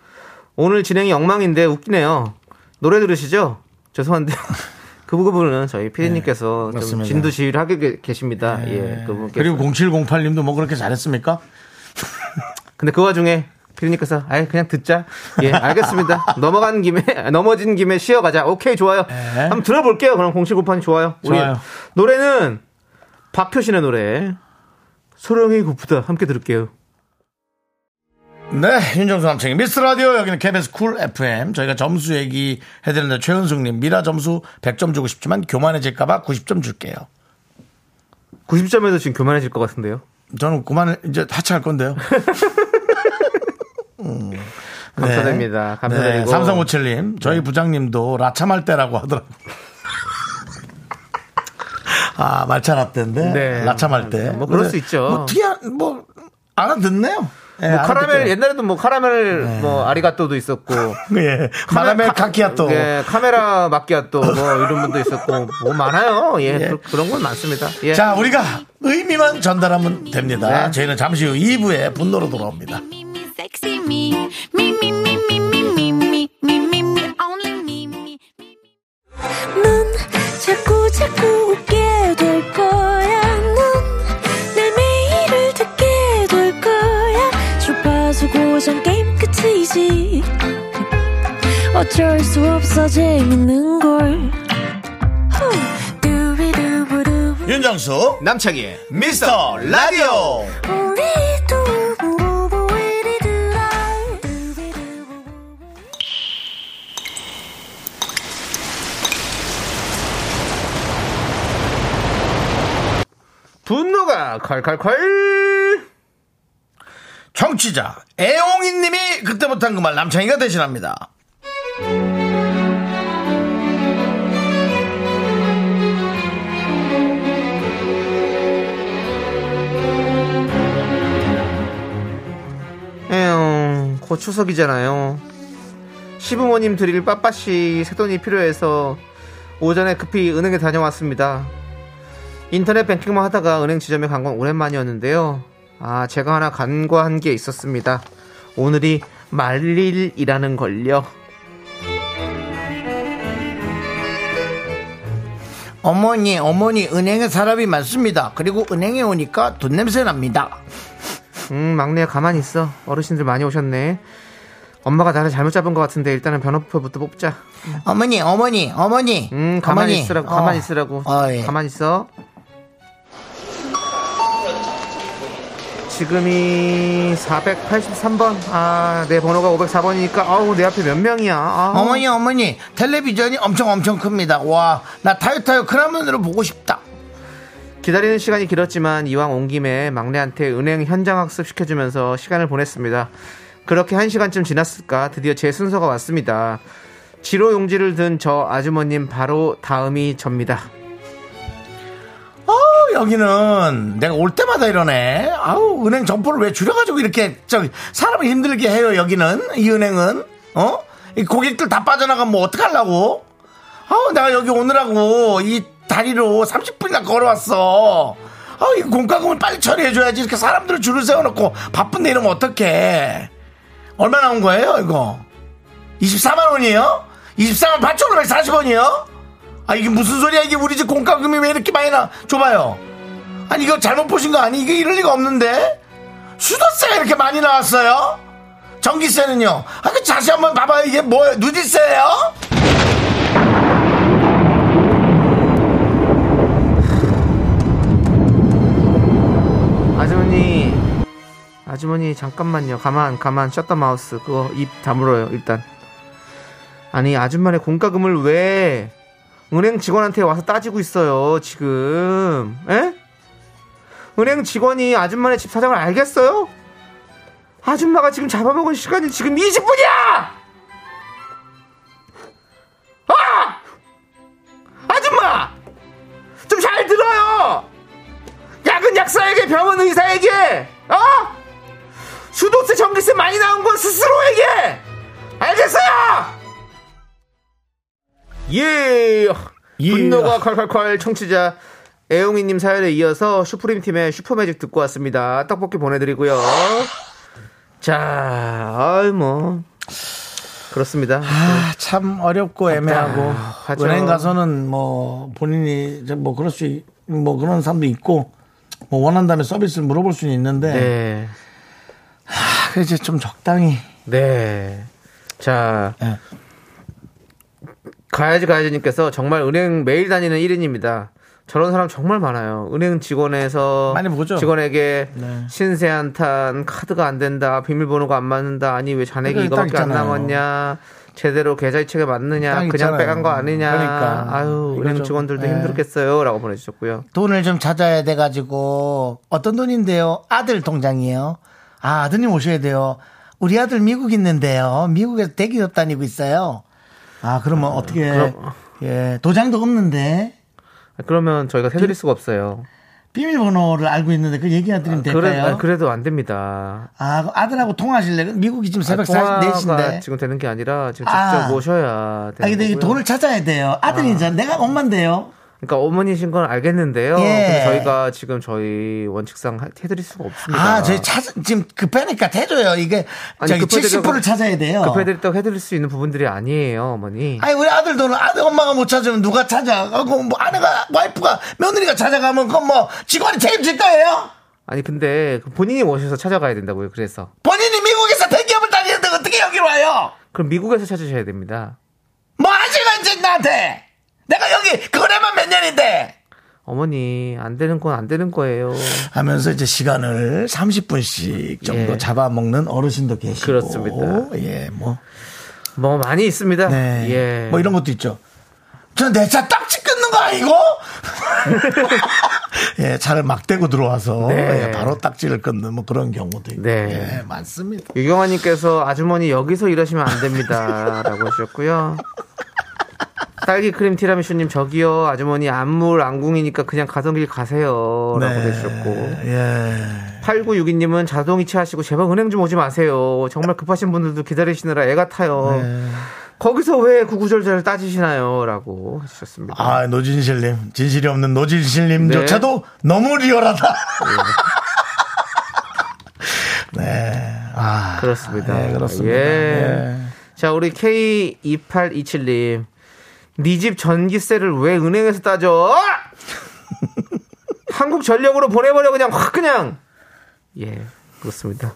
B: 오늘 진행이 엉망인데 웃기네요. 노래 들으시죠? 죄송한데 그 부분은 저희 피디님께서 좀
A: 네, 맞습니다. 네.
B: 진두지휘를 하게 게- 계십니다. 예, 그분께서.
A: 그리고 0708님도 뭐 그렇게 잘했습니까?
B: 근데 그 와중에 피디님께서 아예 그냥 듣자. 예, 알겠습니다. 넘어간 김에 넘어진 김에 쉬어가자. 오케이, 좋아요.
A: 네.
B: 한번 들어볼게요. 그럼 공식구판이 좋아요. 우리
A: 좋아요.
B: 노래는 박효신의 노래 소령이 고프다 함께 들을게요.
A: 네, 윤정수 남창희 미스 라디오 여기는 KBS 쿨 FM 저희가 점수 얘기 해드렸는데 최은숙님 미라 점수 100점 주고 싶지만 교만해질까봐 90점 줄게요.
B: 90점에서 지금 교만해질 것 같은데요.
A: 저는 그만 이제 하차할 건데요.
B: 감사드립니다. 감사드리고.
A: 네.
B: 네.
A: 삼성오칠님 저희 부장님도 라참할 때라고 하더라고. 아 말차라 때인데
B: 네.
A: 라참할 때.
B: 뭐 그럴
A: 근데
B: 수 있죠.
A: 뭐 어떻게 알- 뭐 알아듣네요. 예,
B: 뭐 카라멜
A: 알아듣게. 네.
B: 옛날에도 뭐 카라멜 뭐 아리가또도 있었고
A: 예. 마라멜 카키아또.
B: 예, 카메라 마키아또 뭐 이런 분도 있었고 뭐 많아요 예,
A: 예.
B: 그, 런건 많습니다 예.
A: 자, 우리가 의미만 전달하면 됩니다.
B: 네.
A: 저희는 잠시 후 2부에 분노로 돌아옵니다.
E: Me, me, sexy me. Me, me, me, me, me, me, me, me, me, me, only me, me.
F: 넌 자꾸 자꾸 웃게 될 거야. 넌내 매일을 듣게 될 거야. 주파수 고정 게임 끝이지. 어쩔 수 없어 재밌는 걸. 후. 두비두부두부.
A: 윤정수,
B: 남창희의
A: 미스터 라디오.
F: 우리 두부부부 우리 두라. 두비두부부부.
B: 분노가 콸콸콸
A: 정치자, 애옹이님이 그때 못한 그 말 남창희가 대신합니다.
B: 에휴 곧 추석이잖아요 시부모님 드릴 빠빠씨 새돈이 필요해서 오전에 급히 은행에 다녀왔습니다 인터넷 뱅킹만 하다가 은행 지점에 간 건 오랜만이었는데요 아 제가 하나 간과한 게 있었습니다 오늘이 말일이라는 걸요
A: 어머니, 어머니, 은행에 사람이 많습니다. 그리고 은행에 오니까 돈 냄새 납니다.
B: 음, 막내야 가만히 있어. 어르신들 많이 오셨네. 엄마가 나를 잘못 잡은 것 같은데 일단은 변호표부터 뽑자.
A: 어머니, 어머니, 어머니. 예.
B: 음, 가만히 있으라고. 가만히
A: 어.
B: 있으라고.
A: 아,
B: 가만히 있어. 지금이 483번. 아, 내 번호가 504번이니까 아우, 내 앞에 몇 명이야. 아우.
A: 어머니 어머니 텔레비전이 엄청 엄청 큽니다 와 나 타요타요 크라면으로 보고 싶다
B: 기다리는 시간이 길었지만 이왕 온 김에 막내한테 은행 현장 학습 시켜주면서 시간을 보냈습니다. 그렇게 한 시간쯤 지났을까 드디어 제 순서가 왔습니다. 지로 용지를 든 저 아주머님 바로 다음이 접니다.
A: 아우, 여기는 내가 올 때마다 이러네. 아우, 은행 점포를 왜 줄여가지고 이렇게, 저기, 사람을 힘들게 해요, 여기는. 이 은행은. 어? 이 고객들 다 빠져나가면 뭐 어떡하려고? 아우, 내가 여기 오느라고 이 다리로 30분이나 걸어왔어. 아우, 이 공과금을 빨리 처리해줘야지. 이렇게 사람들을 줄을 세워놓고 바쁜데 이러면 어떡해. 얼마 나온 거예요, 이거? 24만 원이에요? 24만 8,540원이요? 아 이게 무슨 소리야 이게 우리 집 공과금이 왜 이렇게 많이 나 줘봐요 아니 이거 잘못 보신 거 아니 이게 이럴 리가 없는데 수도세가 이렇게 많이 나왔어요 전기세는요 아그 다시 한번 봐봐요 이게 뭐예요 누디세예요
B: 아주머니, 아주머니 잠깐만요. 가만, 가만. 셧더 마우스 그거 입 다물어요. 일단. 아니 아줌마네 공과금을 왜 은행 직원한테 와서 따지고 있어요. 지금, 에? 은행 직원이 아줌마네 집 사정을 알겠어요? 아줌마가 지금 잡아먹은 시간이 지금 20분이야! 아! 아줌마! 좀 잘 들어요! 약은 약사에게 병은 의사에게 어? 수도세 전기세 많이 나온 건 스스로에게 알겠어요 예 분노가 콸콸콸 청취자 애용이님 사연에 이어서 슈프림 팀의 슈퍼매직 듣고 왔습니다 떡볶이 보내드리고요 자 아이 뭐 그렇습니다
A: 아, 참 어렵고 아, 애매하고
B: 하죠.
A: 은행 가서는 뭐 본인이 이제 뭐 그럴 수 뭐 그런 사람도 있고 뭐 원한다면 서비스를 물어볼 수는 있는데
B: 네.
A: 그 이제 좀 적당히
B: 네. 자.
A: 예.
B: 가야지 가야지님께서 정말 은행 매일 다니는 1인입니다. 저런 사람 정말 많아요. 은행 직원에서
A: 많이 보죠.
B: 직원에게
A: 네.
B: 신세 한탄, 카드가 안 된다, 비밀번호가 안 맞는다, 아니 왜 잔액이
A: 그러니까 딱
B: 이거밖에 안
A: 있잖아요.
B: 남았냐, 제대로 계좌이체가 맞느냐,
A: 딱
B: 그냥
A: 있잖아요.
B: 빼간 거 아니냐,
A: 그러니까.
B: 아유
A: 이거
B: 은행
A: 좀,
B: 직원들도
A: 예.
B: 힘들겠어요라고 보내주셨고요.
A: 돈을 좀 찾아야 돼가지고 어떤 돈인데요? 아들 통장이에요. 아 아드님 오셔야 돼요. 우리 아들 미국 있는데요. 미국에서 대기업 다니고 있어요. 아 그러면 어떻게
B: 그럼-
A: 예 도장도 없는데
B: 그러면 저희가 해드릴 수가 없어요.
A: 비밀번호를 알고 있는데 그 얘기해 드리면
B: 그래,
A: 될까요?
B: 아, 그래도 안 됩니다.
A: 아 그럼 아들하고 통화하실래요? 미국이 지금 새벽
B: 통화가 아,
A: 4시인데
B: 지금 되는 게 아니라 지금
A: 아.
B: 직접 오셔야
A: 아
B: 되는
A: 근데 이게
B: 거고요.
A: 돈을 찾아야 돼요. 아들이잖아. 내가 엄만데요.
B: 그러니까 어머니신 건
A: 예.
B: 알겠는데요. 근데 저희가 지금 저희 원칙상 하- 해드릴 수가 없습니다.
A: 아, 저희 찾아, 지금 급하니까 해줘요. 이게,
B: 그러니까. 아니,
A: 저기
B: 급해드리려고-
A: 70%를 찾아야 돼요.
B: 급해드렸다고 해드릴 수 있는 부분들이 아니에요, 어머니.
A: 아니, 우리 아들 돈은 아들 엄마가 못 찾으면 누가 찾아? 그거 뭐 아내가, 와이프가, 며느리가 찾아가면 그건 뭐 직원이 책임질 거예요?
B: 아니 근데 그 본인이 오셔서 찾아가야 된다고요. 그래서
A: 본인이 미국에서 대기업을 다니는데 어떻게 여기로 와요?
B: 그럼 미국에서 찾으셔야 됩니다.
A: 뭐 하시는 짓 나한테? 내가 여기 거래만 몇 년인데?
B: 어머니 안 되는 건 안 되는 거예요.
A: 하면서 이제 시간을 30분씩 정도
B: 예.
A: 잡아먹는 어르신도 계시고.
B: 그렇습니다.
A: 예, 뭐.
B: 뭐 많이 있습니다.
A: 네.
B: 예.
A: 뭐 이런 것도 있죠. 저 내 차 딱지 끊는 거 아니고? 예, 차를 막 대고 들어와서
B: 네.
A: 예, 바로 딱지를 끊는 뭐 그런 경우도 있고.
B: 네.
A: 예, 많습니다.
B: 유경아님께서 아주머니 여기서 일하시면 안 됩니다라고 하셨고요. 딸기 크림 티라미슈님 저기요 아주머니 안물 안궁이니까 그냥 가던 길 가세요라고
A: 네.
B: 해주셨고
A: 예.
B: 8962님은 자동이체하시고 제발 은행 좀 오지 마세요 정말 급하신 분들도 기다리시느라 애가 타요
A: 네.
B: 거기서 왜 구구절절을 따지시나요라고 해주셨습니다
A: 아, 노진실님. 진실이 없는 노진실님조차도 너무 리얼하다. 네. 아.
B: 그렇습니다
A: 네, 그렇습니다.
B: 예.
A: 예.
B: 자 우리 K2827님 네 집 전기세를 왜 은행에서 따져? 한국 전력으로 보내버려 그냥 확 그냥 예 그렇습니다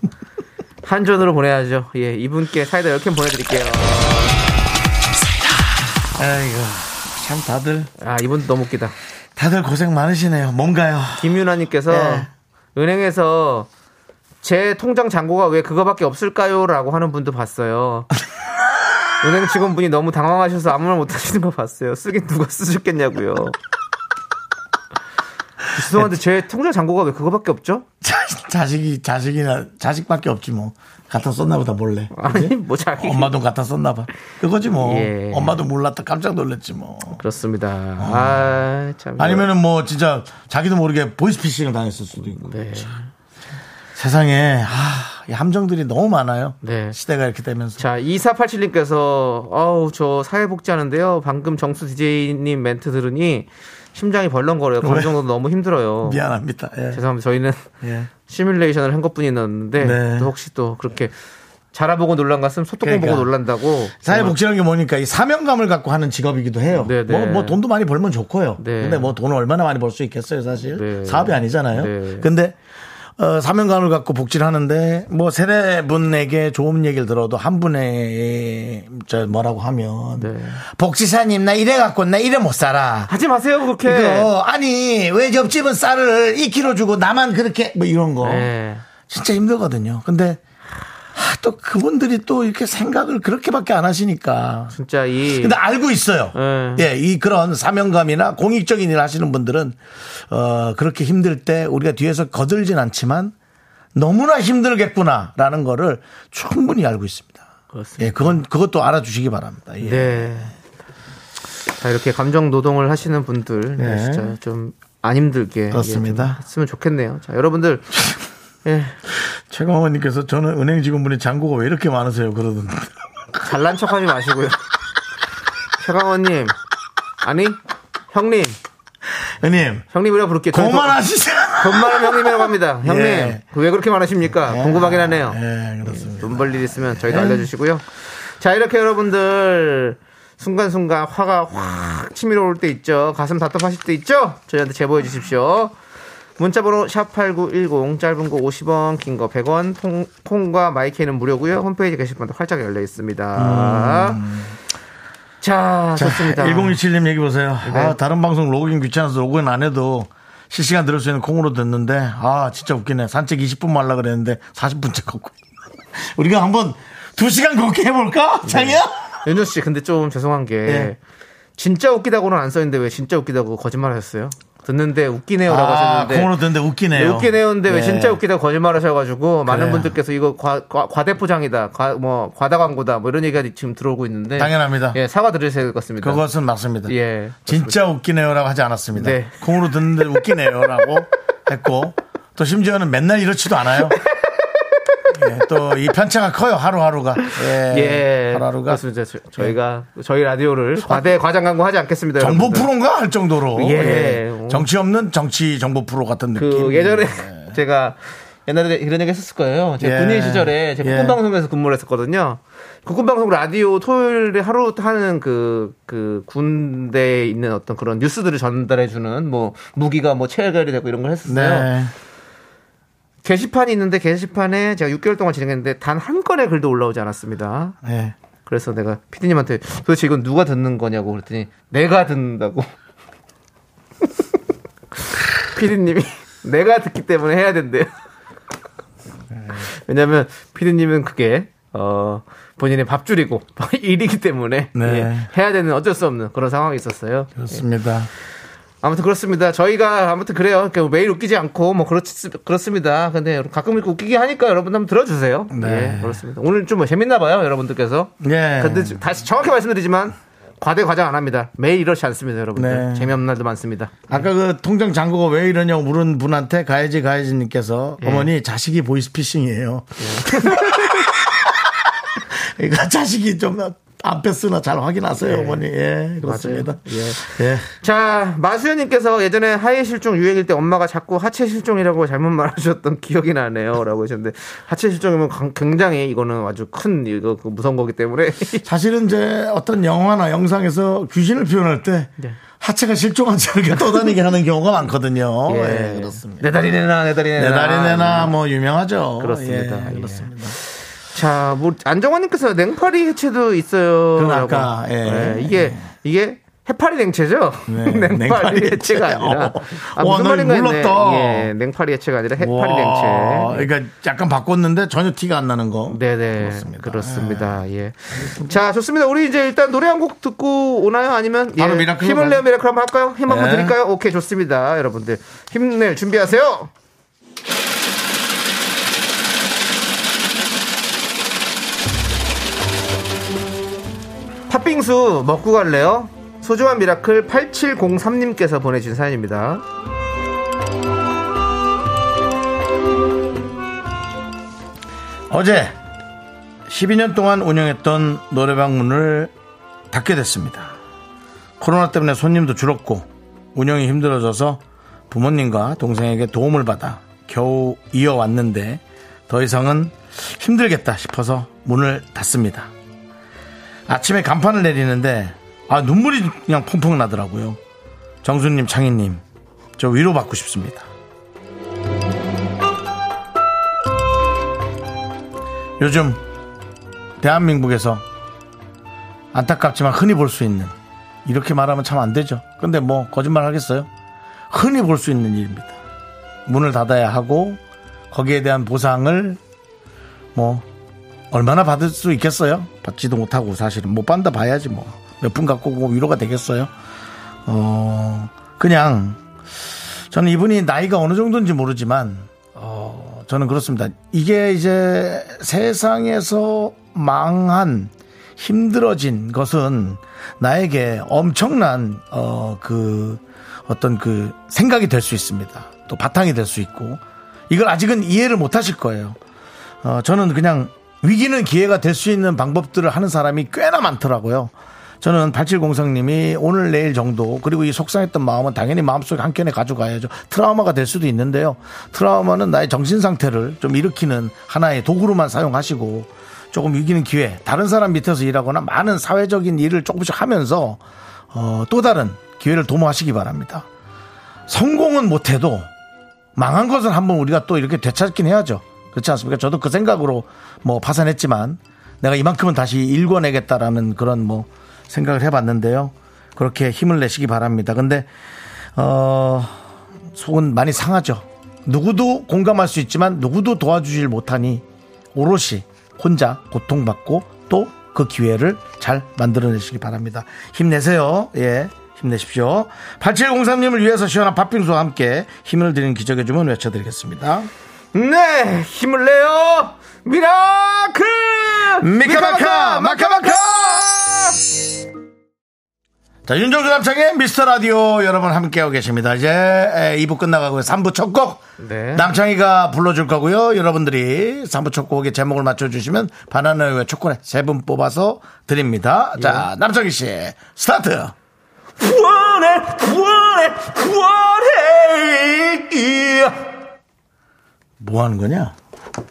B: 한전으로 보내야죠 예 이분께 사이다 10캔 보내드릴게요
A: 아이고. 참 다들,
B: 아 이분 너무 웃기다
A: 다들 고생 많으시네요. 뭔가요?
B: 김윤아님께서
A: 예.
B: 은행에서 제 통장 잔고가 왜 그거밖에 없을까요? 라고 하는 분도 봤어요. 은행 직원분이 너무 당황하셔서 아무 말 못하시는 거 봤어요. 쓰긴 누가 쓰셨겠냐고요. 죄송한데 제 통장 잔고가 왜 그거밖에 없죠?
A: 자- 자식이 자식이나 자식밖에 없지 뭐 갖다 썼나 보다 몰래 그지?
B: 아니 뭐 자기
A: 엄마 돈 갖다 썼나 봐 그거지 뭐
B: 예.
A: 엄마도 몰랐다 깜짝 놀랐지 뭐
B: 그렇습니다. 아, 참.
A: 아니면은 뭐 진짜 자기도 모르게 보이스피싱을 당했을 수도 있고
B: 네.
A: 세상에 아, 이 함정들이 너무 많아요
B: 네.
A: 시대가 이렇게 되면서
B: 자, 2487님께서, 어우, 저 사회복지 하는데요. 방금 정수 DJ님 멘트 들으니 심장이 벌렁거려요. 감정도 너무 힘들어요.
A: 미안합니다 예.
B: 네. 죄송합니다. 저희는
A: 예.
B: 시뮬레이션을 한 것뿐이었는데,
A: 네.
B: 또 혹시 또 그렇게 자라보고 놀란 것은 소뚜껑
A: 그러니까.
B: 보고 놀란다고.
A: 사회복지라는 게 뭐니까 이 사명감을 갖고 하는 직업이기도 해요.
B: 네, 네.
A: 뭐, 뭐 돈도 많이 벌면 좋고요.
B: 네.
A: 근데 뭐 돈을 얼마나 많이 벌 수 있겠어요, 사실.
B: 네.
A: 사업이 아니잖아요.
B: 네.
A: 근데 어, 사명감을 갖고 복지를 하는데 뭐 세대 분에게 좋은 얘기를 들어도 한 분의 저 뭐라고 하면
B: 네.
A: 복지사님 나 이래 갖고 나 이래 못 살아.
B: 하지 마세요, 그렇게.
A: 이거 아니 왜 옆집은 쌀을 2kg 주고 나만 그렇게 뭐 이런 거
B: 네.
A: 진짜 힘들거든요. 근데 하, 또 그분들이 또 이렇게 생각을 그렇게밖에 안 하시니까
B: 진짜 이.
A: 근데 아- 알고 있어요.
B: 예.
A: 예, 이 그런 사명감이나 공익적인 일 하시는 분들은 어, 그렇게 힘들 때 우리가 뒤에서 거들진 않지만 너무나 힘들겠구나라는 거를 충분히 알고 있습니다.
B: 그렇습니다.
A: 예, 그건 그것도 알아주시기 바랍니다. 예.
B: 네. 자, 이렇게 감정 노동을 하시는 분들, 네,
A: 네.
B: 진짜 좀 안 힘들게.
A: 그렇습니다.
B: 예, 좀 했으면 좋겠네요. 자, 여러분들. 예,
A: 최강원님께서 저는 은행 직원분이 잔고가 왜 이렇게 많으세요? 그러던데.
B: 잘난 척 하지 마시고요. 최강원님. 아니, 형님.
A: 형님,
B: 형님이라 부를게요. 저는
A: 고만하시죠.
B: 돈- 돈 많은 형님이라고 합니다. 형님.
A: 예.
B: 그왜 그렇게 많으십니까? 궁금하긴 하네요.
A: 예, 그렇습니다.
B: 돈 벌 일 있으면 저희도
A: 네.
B: 알려주시고요. 자, 이렇게 여러분들 순간순간 화가 확 치밀어 올 때 있죠. 가슴 답답하실 때 있죠. 저희한테 제보해 주십시오. 문자번호 샵8910 짧은 거 50원 긴 거 100원 통, 콩과 마이크는 무료고요. 홈페이지 게시판도 활짝 열려 있습니다.
A: 음.
B: 자, 좋습니다.
A: 1017님 얘기 보세요.
B: 네.
A: 아, 다른 방송 로그인 귀찮아서 로그인 안 해도 실시간 들을 수 있는 콩으로 듣는데 아 진짜 웃기네. 산책 20분 말라 그랬는데 40분째 걷고. 우리가 한번 2시간 걷기 해볼까?
B: 네.
A: 장이야?
B: 윤정 씨 근데 좀 죄송한 게
A: 네.
B: 진짜 웃기다고는 안 써있는데 왜 진짜 웃기다고 거짓말하셨어요? 듣는데 웃기네요라고
A: 아,
B: 하셨는데
A: 콩으로 듣는데 웃기네요.
B: 웃기네요인데 왜
A: 네.
B: 진짜 웃기다 거짓말 하셔가지고 많은
A: 그래요.
B: 분들께서 이거 과, 대포장이다 과, 뭐 과다 광고다 뭐 이런 얘기가 지금 들어오고 있는데
A: 당연합니다.
B: 예 사과 드리셔야 될 것 같습니다.
A: 그것은 맞습니다.
B: 예
A: 진짜 웃기네요라고 하지 않았습니다.
B: 네.
A: 콩으로 듣는데 웃기네요라고 했고 또 심지어는 맨날 이렇지도 않아요. 예, 또 이 편차가 커요 하루하루가. 예,
B: 예
A: 하루하루가 예.
B: 그렇습니다. 저, 희가 저희 라디오를 과대 과장 광고 하지 않겠습니다.
A: 정보
B: 여러분들.
A: 프로인가 할 정도로
B: 네, 예.
A: 예. 정치 없는 정치 정보 프로 같은 느낌.
B: 그 예전에 제가 옛날에 이런 얘기 했었을 거예요. 제가
A: 예.
B: 군인 시절에 제가
A: 예.
B: 국군방송에서 근무를 했었거든요. 그 국군방송 라디오 토요일에 하루 하는 그, 그 군대에 있는 어떤 그런 뉴스들을 전달해주는 뭐 무기가 뭐 체결이 되고 이런 걸 했었어요.
A: 네.
B: 게시판이 있는데 게시판에 제가 6개월 동안 진행했는데 단 한 건의 글도 올라오지 않았습니다.
A: 예.
B: 그래서 내가 피디님한테 도대체 이건 누가 듣는 거냐고 그랬더니 내가 듣는다고. 피디님이 내가 듣기 때문에 해야 된대요. 왜냐면 피디님은 그게 어 본인의 밥줄이고 일이기 때문에
A: 네.
B: 예, 해야 되는 어쩔 수 없는 그런 상황이 있었어요.
A: 그렇습니다.
B: 아무튼 그렇습니다. 저희가 아무튼 그래요. 이렇게 매일 웃기지 않고 뭐 그렇 그렇습니다. 근데 가끔 이렇게 웃기게 하니까 여러분 한번 들어주세요.
A: 네.
B: 예, 그렇습니다. 오늘 좀 재밌나 봐요, 여러분들께서.
A: 예.
B: 근데 지- 다시 정확히 말씀드리지만 과대 과장 안 합니다. 매일 이렇지 않습니다, 여러분들.
A: 네.
B: 재미없는 날도 많습니다.
A: 아까 그 통장 잔고가 왜 이러냐고 물은 분한테 가야지 가야지님께서
B: 예.
A: 어머니 자식이 보이스피싱이에요. 그러니까 자식이 좀안 뺐으나 잘 확인하세요, 어머니. 예, 그렇습니다. 예.
B: 자, 마수현님께서 예전에 하의 실종 유행일 때 엄마가 자꾸 하체 실종이라고 잘못 말하셨던 기억이 나네요. 라고 하셨는데, 하체 실종이면 강- 굉장히 이거는 아주 큰, 이거 그 무서운 거기 때문에.
A: 사실은 이제 어떤 영화나 영상에서 귀신을 표현할 때
B: 네.
A: 하체가 실종한 채 이렇게 떠다니게 하는 경우가 많거든요. 예, 그렇습니다. 네,
B: 내 다리 내놔, 내 다리 내놔.
A: 내 다리내나 뭐 유명하죠.
B: 네. 아, 그렇습니다.
A: 예,
B: 예.
A: 그렇습니다.
B: 자, 뭐 안정환님께서 냉파리 해체도 있어요.
A: 그건
B: 라고. 네,
A: 아까, 예.
B: 이게 이게 해파리 냉채죠?
A: 네, 냉파리
B: 냉파리 해체가
A: 해체.
B: 아니라.
A: 어. 와,
B: 아, 무슨
A: 널
B: 말인가 했네.
A: 몰랐다.
B: 예, 냉파리 해체가 아니라 해파리
A: 와,
B: 냉채.
A: 그러니까 약간 바꿨는데 전혀 티가 안 나는 거.
B: 네네.
A: 그렇습니다.
B: 그렇습니다. 예. 자, 좋습니다. 우리 이제 일단 노래 한 곡 듣고 오나요? 아니면 예,
A: 바로 미라클로
B: 힘을
A: 가요?
B: 내요 미라클 한번 할까요? 힘 한번
A: 네.
B: 드릴까요? 오케이, 좋습니다. 여러분들 힘낼 준비하세요. 팥빙수 먹고 갈래요? 소중한 미라클 8703님께서 보내주신 사연입니다.
A: 어제 12년 동안 운영했던 노래방 문을 닫게 됐습니다. 코로나 때문에 손님도 줄었고 운영이 힘들어져서 부모님과 동생에게 도움을 받아 겨우 이어왔는데 더 이상은 힘들겠다 싶어서 문을 닫습니다. 아침에 간판을 내리는데 아 눈물이 그냥 펑펑 나더라고요. 정수님, 창희님, 저 위로 받고 싶습니다. 요즘 대한민국에서 안타깝지만 흔히 볼 수 있는 이렇게 말하면 참 안 되죠. 근데 뭐 거짓말 하겠어요? 흔히 볼 수 있는 일입니다. 문을 닫아야 하고 거기에 대한 보상을 뭐 얼마나 받을 수 있겠어요? 받지도 못하고 사실은 못 받다 봐야지 뭐 몇 분 갖고 오고 위로가 되겠어요? 어 그냥 저는 이분이 나이가 어느 정도인지 모르지만 어, 저는 그렇습니다. 이게 이제 세상에서 망한 힘들어진 것은 나에게 엄청난 어, 그 어떤 그 생각이 될 수 있습니다. 또 바탕이 될 수 있고 이걸 아직은 이해를 못 하실 거예요. 어, 저는 그냥 위기는 기회가 될 수 있는 방법들을 하는 사람이 꽤나 많더라고요. 저는 8703님이 오늘 내일 정도 그리고 이 속상했던 마음은 당연히 마음속에 한켠에 가져가야죠. 트라우마가 될 수도 있는데요. 트라우마는 나의 정신 상태를 좀 일으키는 하나의 도구로만 사용하시고 조금 위기는 기회, 다른 사람 밑에서 일하거나 많은 사회적인 일을 조금씩 하면서 어, 또 다른 기회를 도모하시기 바랍니다. 성공은 못해도 망한 것은 한번 우리가 또 이렇게 되찾긴 해야죠. 그렇지 않습니까? 저도 그 생각으로 뭐 파산했지만 내가 이만큼은 다시 일궈내겠다라는 그런 뭐 생각을 해봤는데요. 그렇게 힘을 내시기 바랍니다. 근데 어 속은 많이 상하죠. 누구도 공감할 수 있지만 누구도 도와주질 못하니 오롯이 혼자 고통받고 또 그 기회를 잘 만들어내시기 바랍니다. 힘내세요. 예. 힘내십시오. 8703님을 위해서 시원한 팥빙수와 함께 힘을 드리는 기적의 주문 외쳐드리겠습니다.
B: 네, 힘을 내요. 미라클!
A: 미카마카! 마카마카! 자, 윤정수 남창의 미스터 라디오 여러분 함께하고 계십니다. 이제 2부 끝나가고요. 3부 첫 곡.
B: 네.
A: 남창희가 불러줄 거고요. 여러분들이 3부 첫 곡에 제목을 맞춰주시면 바나나우유 초콜릿 3분 뽑아서 드립니다.
B: 예.
A: 자, 남창희 씨, 스타트!
B: 구원해 구원해 구원해
A: 뭐 하는 거냐?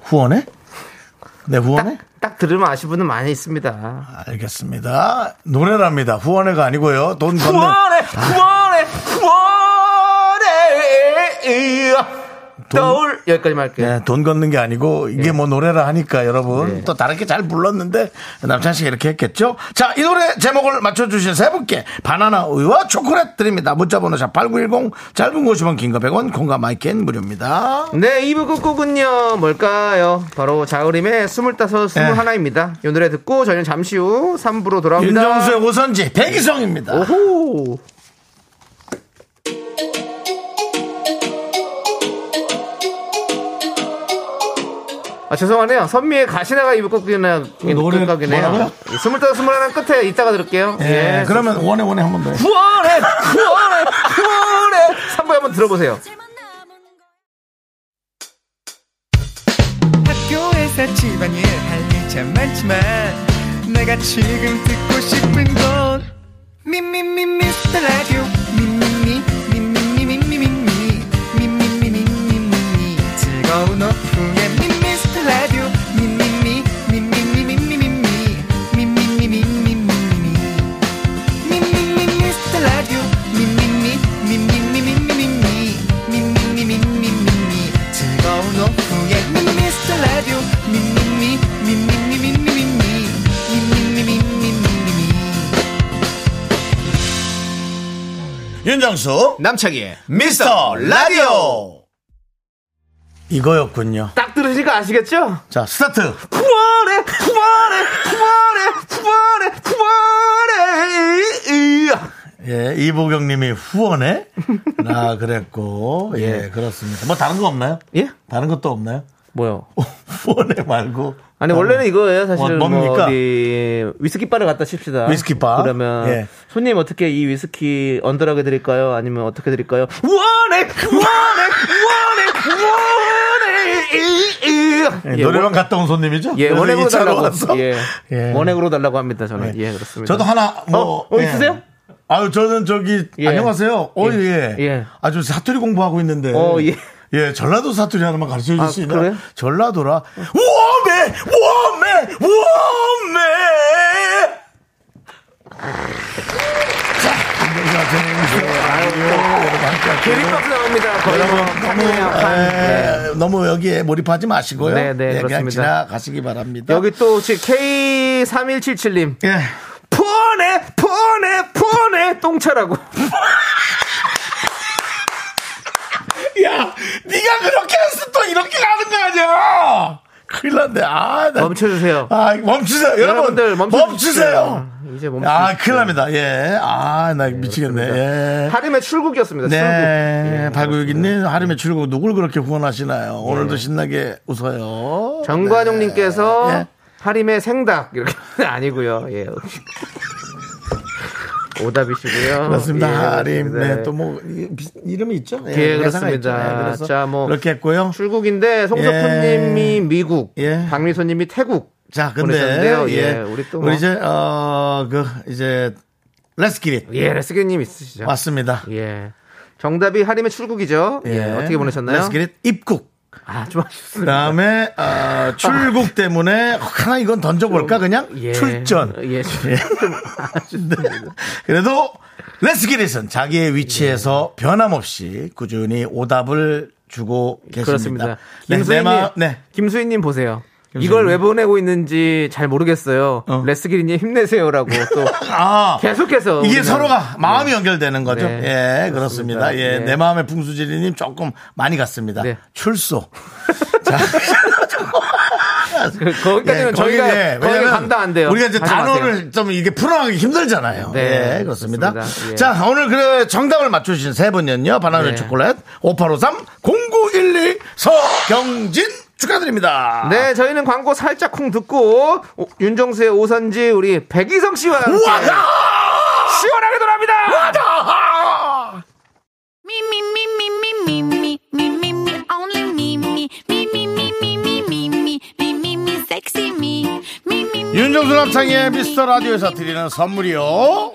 A: 후원해? 내 후원해?
B: 딱 들으면 아시는 분은 많이 있습니다
A: 알겠습니다. 노래랍니다. 후원해가 아니고요. 돈 걷는,
B: 구원해 구원해 구원해 떠올 여기까지만 할게요
A: 네, 예. 돈 걷는 게 아니고 이게 뭐 노래라 하니까 여러분 또 다르게 잘 불렀는데 남찬 씨가 이렇게 했겠죠? 자, 이 노래 제목을 맞춰주신 세 분께 바나나 우유와 초콜릿 드립니다. 문자번호 샵8910 짧은 50원 긴거 100원 공감 마이캔 무료입니다.
B: 네, 2부 끝곡은요, 뭘까요? 바로 자우림의 25, 21입니다. 이 노래 듣고 저희는 잠시 후 3부로 돌아옵니다.
A: 네. 윤정수의 오선지 백이성입니다.
B: 오호! 아, 죄송하네요. 선미의 가시나가 이부 끝이나
A: 노래
B: 끝각이네요.
A: 뭐라고요?
B: 25, 21 끝에 이따가 들을게요.
A: 예,
B: 예.
A: 그러면 원해 원해 한 번 더.
B: 구원해! 구원해! 구원해! 3부 한번 들어보세요.
G: 학교에서 집안일 할 일 참 많지만 내가 지금 듣고 싶은 건 미미미 미스터 라디오 미미미 미미미 미미미 미미미 미미미 미미미 즐거운 오후에 미스터 라디오 미미미 미미미 미미미 미미미 미미미 미미미
A: 윤정수
D: 남창희의
A: 미스터 라디오 이거였군요.
B: 딱 들으시니까 아시겠죠?
A: 자 스타트.
B: 푸바레 푸바레 푸바레 푸바레 푸바레 이야.
A: 예, 이보경님이 후원해? 나 그랬고 예 그렇습니다. 뭐 다른 거 없나요?
B: 예?
A: 다른 것도 없나요?
B: 뭐요?
A: 후원해 말고
B: 아니
A: 다른
B: 원래는 이거예요
A: 어,
B: 사실은 뭐
A: 뭡니까?
B: 어디 위스키 바를 갖다 칩시다
A: 위스키 바?
B: 그러면
A: 예.
B: 손님 어떻게 이 위스키 언더하게 드릴까요 아니면 어떻게 드릴까요 원해 원해 원해 원해 이, 이.
A: 예,
B: 예,
A: 노래방
B: 원-
A: 갔다 온 손님이죠?
B: 예,
A: 그래서
B: 원액으로
A: 이 차로
B: 달라고
A: 왔어?
B: 예.
A: 예.
B: 원액으로 달라고 합니다 저는
A: 예.
B: 예, 그렇습니다
A: 저도 하나 뭐
B: 어? 어,
A: 예.
B: 있으세요?
A: 아유 저는 저기
B: 예.
A: 안녕하세요. 어 예.
B: 예. 예.
A: 아주 사투리 공부하고 있는데.
B: 어, 예.
A: 예, 전라도 사투리 하나만 가르쳐 주실
B: 아,
A: 수 있나?
B: 그래요?
A: 전라도라. 워메 워메 워메. 자, 안녕하세요. 안녕하세요. 여러분 함께 할게요.
B: 드립값 네, 나옵니다 거의 뭐
A: 여러분 너무, 예.
B: 판이에요, 판. 네.
A: 에, 너무 여기에 몰입하지 마시고요.
B: 네, 네,
A: 예, 그냥
B: 그렇습니다.
A: 지나가시기 바랍니다.
B: 여기 또 혹시 K3177님
A: 예.
B: 폰에 폰에 폰에 똥차라고
A: 야, 네가 그렇게 해서 또 이렇게 가는 거 아니야? 큰일 났네. 아, 나.
B: 멈춰주세요.
A: 아, 멈추세요. 여러분,
B: 여러분들 멈춰주십시오.
A: 멈추세요.
B: 이제 멈추.
A: 아, 큰일 납니다. 예. 아, 나 미치겠네. 예.
B: 하림의 출국이었습니다.
A: 네.
B: 출국. 예.
A: 발구육이님, 하림의 출국 누굴 그렇게 후원하시나요? 오늘도 신나게 웃어요.
B: 정관용님께서
A: 네. 예.
B: 하림의 생닭 이렇게 아니고요. 예. 오답이시고요.
A: 그렇습니다. 하림.
B: 예, 그렇습니다.
A: 네. 또 뭐, 이- 비- 이름이 있죠?
B: 예,
A: 대사가 있죠.
B: 그렇습니다.
A: 예, 그래서
B: 자, 뭐.
A: 그렇게 했고요.
B: 출국인데 송석훈님이 미국,
A: 예.
B: 박미소님이 태국.
A: 자, 근데
B: 보내셨는데요.
A: 예,
B: 예, 우리 또
A: 우리
B: 뭐-
A: 이제 어그 이제 레스키릿
B: 예, 레스게님 있으시죠?
A: 왔습니다.
B: 예. 정답이 하림의 출국이죠. 예. 어떻게 보내셨나요?
A: 레스키릿 입국.
B: 아, 좀 아쉽습니다.
A: 그다음에 어, 출국 때문에 하나 이건 던져볼까 그냥
B: 예.
A: 출전.
B: 예. 좀 아쉽습니다.
A: 그래도 레스키릿은 자기의
B: 예.
A: 위치에서 변함없이 꾸준히 오답을 주고
B: 그렇습니다.
A: 계십니다. 네, 내
B: 김수희님,
A: 마음- 네.
B: 김수희님 보세요. 이걸 왜 보내고 있는지 잘 모르겠어요.
A: 어.
B: 레스기리님 힘내세요라고 또
A: 아,
B: 계속해서
A: 이게
B: 우리는-
A: 서로가 마음이 연결되는 거죠.
B: 네,
A: 예, 그렇습니다.
B: 그렇습니다.
A: 예,
B: 네.
A: 내 마음의 풍수지리님 조금 많이 갔습니다.
B: 네.
A: 출소.
B: 그- 거기까지는
A: 예,
B: 저희가
A: 거기, 예,
B: 거기
A: 왜냐면
B: 감당 안 돼요.
A: 우리가 이제
B: 하지
A: 단어를
B: 마세요.
A: 좀 이게 풀어가기 힘들잖아요.
B: 네,
A: 예, 그렇습니다.
B: 그렇습니다. 예.
A: 자, 오늘 그 정답을 맞추신 세 분은요. 바나나
B: 네.
A: 초콜릿 5853 0912 서경진 축하드립니다.
B: 네, 저희는 광고 살짝 쿵 듣고 오- 윤정수의 오선지 우리 백이성 씨와 함께 시원하게 돌아옵니다.
E: Me, me, me, me, me, me, me, me, me, me, only me, me, me, me, me, me, me, me, me, me, me, me, sexy me, me, me, me.
A: 윤정수 남창의 미스터 라디오에서 드리는 선물이요.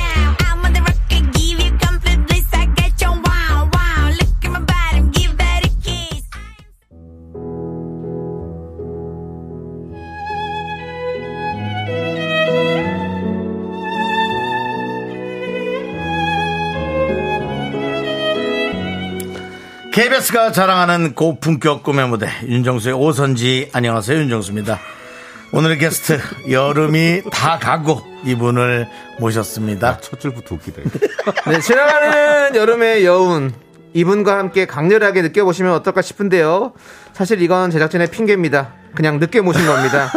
E: I'm on the rocket, give you comfort, bliss, I got your wow, wow. Look at my body, give that a kiss.
A: KBS가 자랑하는 고품격 꿈의 무대 윤정수의 오선지 안녕하세요 윤정수입니다 오늘의 게스트 여름이 다 가고 이분을 모셨습니다
H: 첫 줄부터 웃기다.
B: 네, 지나가는 여름의 여운 이분과 함께 강렬하게 느껴보시면 어떨까 싶은데요 사실 이건 제작진의 핑계입니다 그냥 늦게 모신 겁니다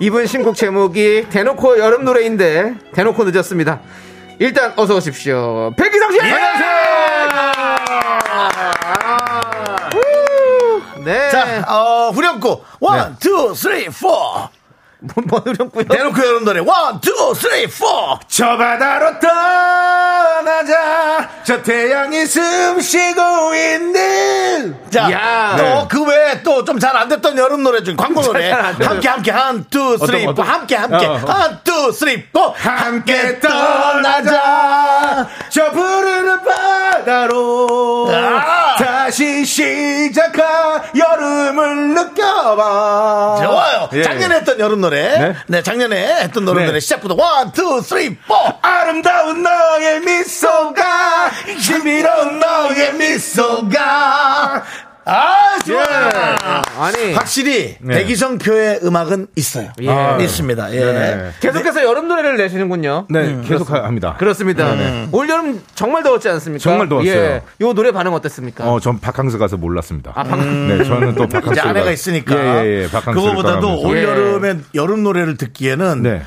B: 이분 신곡 제목이 대놓고 여름 노래인데 대놓고 늦었습니다 일단 어서 오십시오 백기성 씨
H: 예!
B: 후! 네.
A: 자 어, 후렴구 1 2 3 4
B: 뭐 어렵고요.
A: 대놓고 여름 노래 1 2 3 4저 바다로 떠나자 저 태양이 숨 쉬고 있는
B: 야.
A: 자또그 외에 또 좀 잘 안 됐던 여름 노래 중 광고 노래
B: 잘안 돼요.
A: 함께 함께 한투 쓰리 포 함께 함께 한투 쓰리 포 어, 함께 떠나자 저 부르는 바다로 다시
I: 다시 시작한 여름을 느껴봐.
A: 좋아요.
I: 예.
A: 작년에 했던 여름 노래. 네,
I: 네.
A: 작년에 했던 여름
I: 네.
A: 노래 시작부터 원, 투, 쓰리, 포.
I: 아름다운 너의 미소가
A: 지미로운 너의 미소가. 아, 좋아. 요
B: 아니
A: 확실히
I: 네.
A: 대기성표의 음악은 있어요.
B: 예.
A: 아, 있습니다. 예.
I: 네네.
B: 계속해서 여름 노래를 내시는군요.
I: 네, 계속 하- 합니다.
A: 네,
B: 그렇습니다. 올 여름 정말 더웠지 않습니까?
I: 정말 더웠어요.
B: 예. 요 노래 반응 어땠습니까?
I: 어, 전 바캉스 가서 몰랐습니다.
B: 아, 박-
I: 네, 저는 또 바캉스
A: 이제 아내가 있으니까
I: 예, 예, 예. 바캉스
A: 그거보다도 올
B: 예.
A: 여름에 여름 노래를 듣기에는 아,
I: 네.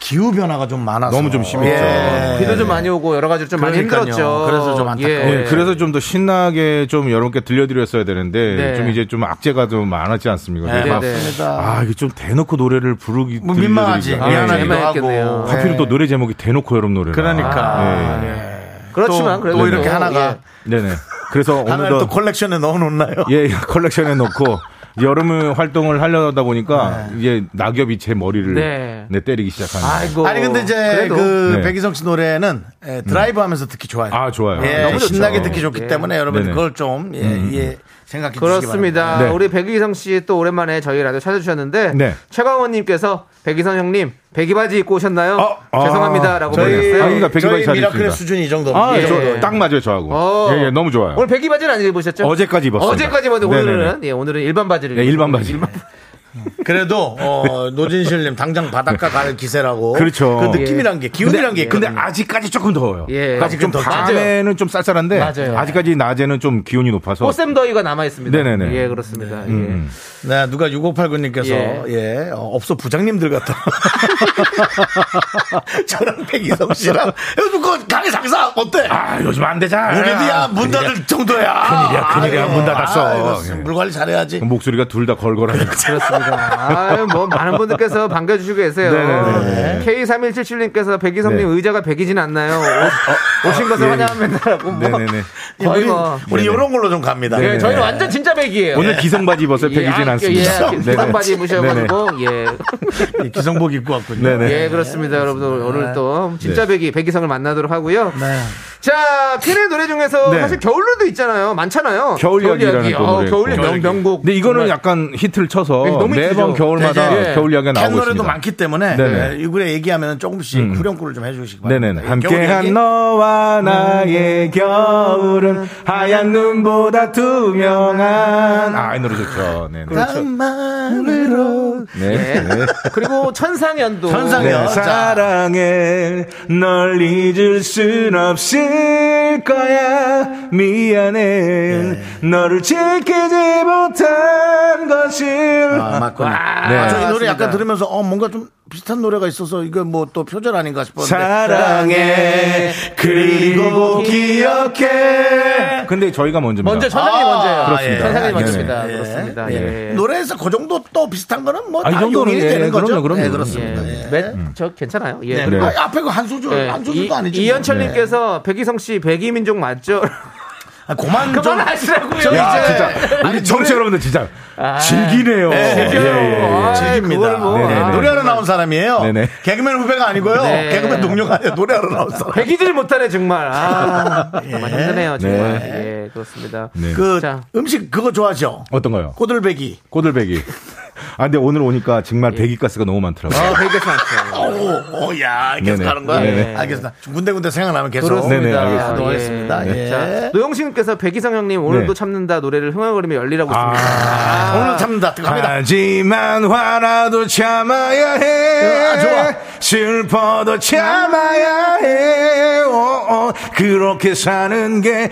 A: 기후 변화가 좀 많아서 예.
I: 너무 좀 심했죠. 네.
B: 비도 좀 많이 오고 여러 가지로 좀 많이
A: 그러니까요.
B: 힘들었죠.
A: 그래서 좀 안타까워요.
I: 예, 그래서 좀 더 신나게 좀 여러분께 들려드렸어야 되는데
B: 네.
I: 좀 이제 좀 악재가 좀 많았지 않습니까?
A: 네,
B: 네,
I: 막,
B: 네.
A: 맞습니다.
I: 아 이게 좀 대놓고 노래를 부르기
A: 뭐 민망하지.
I: 들려드리기가.
B: 미안하기도
A: 미안하기도
I: 예, 예.
B: 하고.
A: 하고. 아,
I: 하필 또 노래 제목이 대놓고 여름 노래.
A: 그러니까.
I: 예, 예.
B: 그렇지만
A: 또,
B: 그래도
A: 또 이렇게
B: 뭐,
A: 하나가
I: 네네. 그래서
A: 하나를 또
I: 오늘도
A: 컬렉션에 넣어놓나요?
I: 예, 예, 컬렉션에 넣고 여름 활동을 하려다 보니까 이제 낙엽이 제 머리를
B: 네.
I: 네. 때리기 시작하는.
B: 예. 아이고.
A: 네. 아니 근데 이제
B: 그래도.
A: 그
I: 네.
A: 백이성 씨 노래는 예, 드라이브 하면서 듣기 좋아요.
I: 아, 좋아요.
A: 예,
I: 아, 너무 좋죠.
A: 신나게 듣기 좋기
B: 예.
A: 때문에 여러분
I: 네네. 음.
A: 그걸 좀 예, 이해 생각해 주시기 바랍니다.
B: 그렇습니다.
I: 네.
B: 우리 백이성 씨 또 오랜만에 저희 라디오 찾아주셨는데
I: 네.
B: 최강원님께서 백이성 형님 백이바지 입고 오셨나요?
I: 어, 아.
B: 죄송합니다라고
I: 저희-
B: 보내셨어요.
I: 아, 그러니까 백이바지
A: 저희
I: 잘
A: 미라클의
I: 있습니다.
A: 수준이 이 정도.
I: 아,
A: 예.
I: 저-
B: 예.
I: 딱 맞아요, 저하고.
B: 어.
I: 예, 예, 너무 좋아요.
B: 오늘 백이바지는 안 입으셨죠?
I: 어제까지 입었어요.
B: 어제까지 입었는데 오늘은 예, 오늘은 일반 바지를
I: 네, 일반
B: 입고
I: 바지.
A: 그래도 어, 노진실님 당장 바닷가 갈 기세라고.
I: 그렇죠.
A: 그 느낌이란 게 기운이란 게
I: 근데
A: 있거든요.
I: 아직까지 조금 더워요.
B: 예.
I: 아직 좀
A: 맞아요.
I: 음. 밤에는 좀 쌀쌀한데
B: 맞아요.
I: 아직까지 낮에는 좀 기온이 높아서
A: 어,
B: 꽃샘 더위가 남아 있습니다.
I: 네네네.
B: 예, 그렇습니다.
I: 음.
A: 네, 누가 6589님께서 예,
B: 예.
A: 어, 업소 부장님들 같다. 저랑 백이성 씨랑 요즘 그 가게 장사 어때?
I: 아, 요즘 안 되잖아.
A: 우리도야 문 닫을 정도야. 아,
I: 큰일이야, 큰일이야. 문 닫았어. 예.
A: 물 관리 잘해야지.
I: 목소리가 둘 다 걸걸하니까.
B: 그렇습니다. 아유, 뭐, 많은 분들께서 반겨주시고 계세요.
I: 네네네.
B: K3177님께서 백이성님
I: 네. 어,
B: 의자가 백이진 않나요? 오, 신 것을
I: 예.
B: 환영합니다라고. 뭐.
I: 네네네.
A: 예,
B: 거의
A: 우리,
B: 뭐.
A: 우리
I: 네네.
A: 이런 걸로 좀 갑니다.
B: 예,
I: 네.
B: 저희는 완전 진짜 백이에요.
I: 오늘 기성바지 입었어요.
B: 예,
I: 백이진
B: 아,
I: 않습니다.
B: 예,
I: 네네. 네,
B: 기성바지 입으셔가지고, 예.
A: 이 기성복 입고 왔군요.
I: 네네.
B: 예, 그렇습니다. 여러분들, 오늘 또, 진짜
I: 네.
B: 백이, 백이성을 만나도록 하고요.
A: 네.
B: 자, 퀸의 노래 중에서
I: 네.
B: 사실 겨울노래도 있잖아요. 많잖아요.
I: 겨울 이야기라는 또
B: 어,
I: 노래.
B: 겨울
I: 겨울
B: 명,
I: 이야기.
B: 명곡.
I: 근데 이거는
B: 정말.
I: 약간 히트를 쳐서
B: 너무
I: 매번
B: 히트죠.
I: 겨울마다
B: 네, 네.
I: 겨울 이야기가
A: 캔
I: 나오고
A: 노래도
I: 있습니다.
A: 많기 때문에
I: 네네.
A: 예, 이 노래 얘기하면 조금씩
I: 음.
A: 후렴구를 좀 해주시기 바랍니다.
I: 네네네.
A: 예, 겨울 얘기?
I: 함께한 너와
B: 음.
I: 나의 겨울은 하얀 눈보다
B: 음.
I: 투명한. 아, 이 노래 좋죠. 네네.
B: 그
A: 사랑만으로
B: 예.
I: 네. 네.
B: 그리고 천상연도.
A: 천상연.
I: 네,
A: 자.
I: 사랑해 널 잊을 순 없을 거야 미안해 너를 지키지 못한 것을
A: 아, 맞군요.
I: 네.
A: 아, 저이 노래
B: 맞습니다.
A: 약간 들으면서 어 뭔가 좀 비슷한 노래가 있어서 이거 뭐 또 표절 아닌가 싶었는데
I: 사랑해 그리고 기억해 근데 저희가 먼저
B: 먼저 천상이 먼저예요.
I: 아, 그렇습니다.
B: 천상이
I: 예.
B: 먼저입니다.
A: 예.
B: 그렇습니다.
A: 예.
B: 예.
A: 노래에서 그 정도 또 비슷한 거는 뭐
I: 아, 이
A: 다
I: 정도는
A: 용인이
I: 예,
A: 되는 거죠.
I: 그럼요, 그럼요.
A: 예,
B: 예.
A: 그렇습니다. 예.
B: 매-
I: 음.
B: 저 괜찮아요. 예.
A: 네.
I: 그래요.
A: 아, 앞에 거 한 소절,
B: 예.
A: 한 소절도
B: 이-
A: 아니지. 뭐.
B: 이현철님께서
I: 네.
B: 백이성 씨 백이민족 맞죠?
A: 아, 그만 좀.
B: 그만하시라고요.
I: 야
B: 이제.
I: 진짜 어, 우리 정치 여러분들 진짜 아, 즐기네요 예,
B: 즐겨요. 예, 아이,
A: 즐깁니다.
B: 그걸 뭐.
I: 네네.
B: 아,
A: 노래하러 나온 사람이에요.
I: 네네.
A: 개그맨 후배가 아니고요.
B: 네.
A: 개그맨 동료가 아니에요. 노래하러 나온 사람.
B: 백이질 못하네 정말. 아, 정말
A: 예.
B: 힘드네요 정말.
A: 네.
B: 예, 그렇습니다.
I: 네.
A: 그
B: 자.
A: 음식 그거 좋아하죠?
I: 어떤 거요?
A: 꼬들배기.
I: 꼬들배기 아 근데 오늘 오니까 정말 배기가스가 너무 많더라고요
B: 어, 백이성
I: 아,
B: 씨.
A: 오, 오, 야, 계속
I: 네네.
A: 하는 거야?
I: 네네.
A: 알겠습니다. 군데군데 생각나면 계속.
I: 그렇습니다. 네네, 알겠습니다.
A: 노하겠습니다. 예.
B: 예. 자, 노영신님께서 백이성 형님 오늘도
I: 네.
B: 참는다 노래를 흥얼거리며 열리라고
I: 아.
B: 있습니다.
A: 오늘 참는다. 갑니다.
I: 하지만 화나도 참아야 해.
A: 아, 좋아.
I: 슬퍼도 참아야 해. 오, 오. 그렇게 사는 게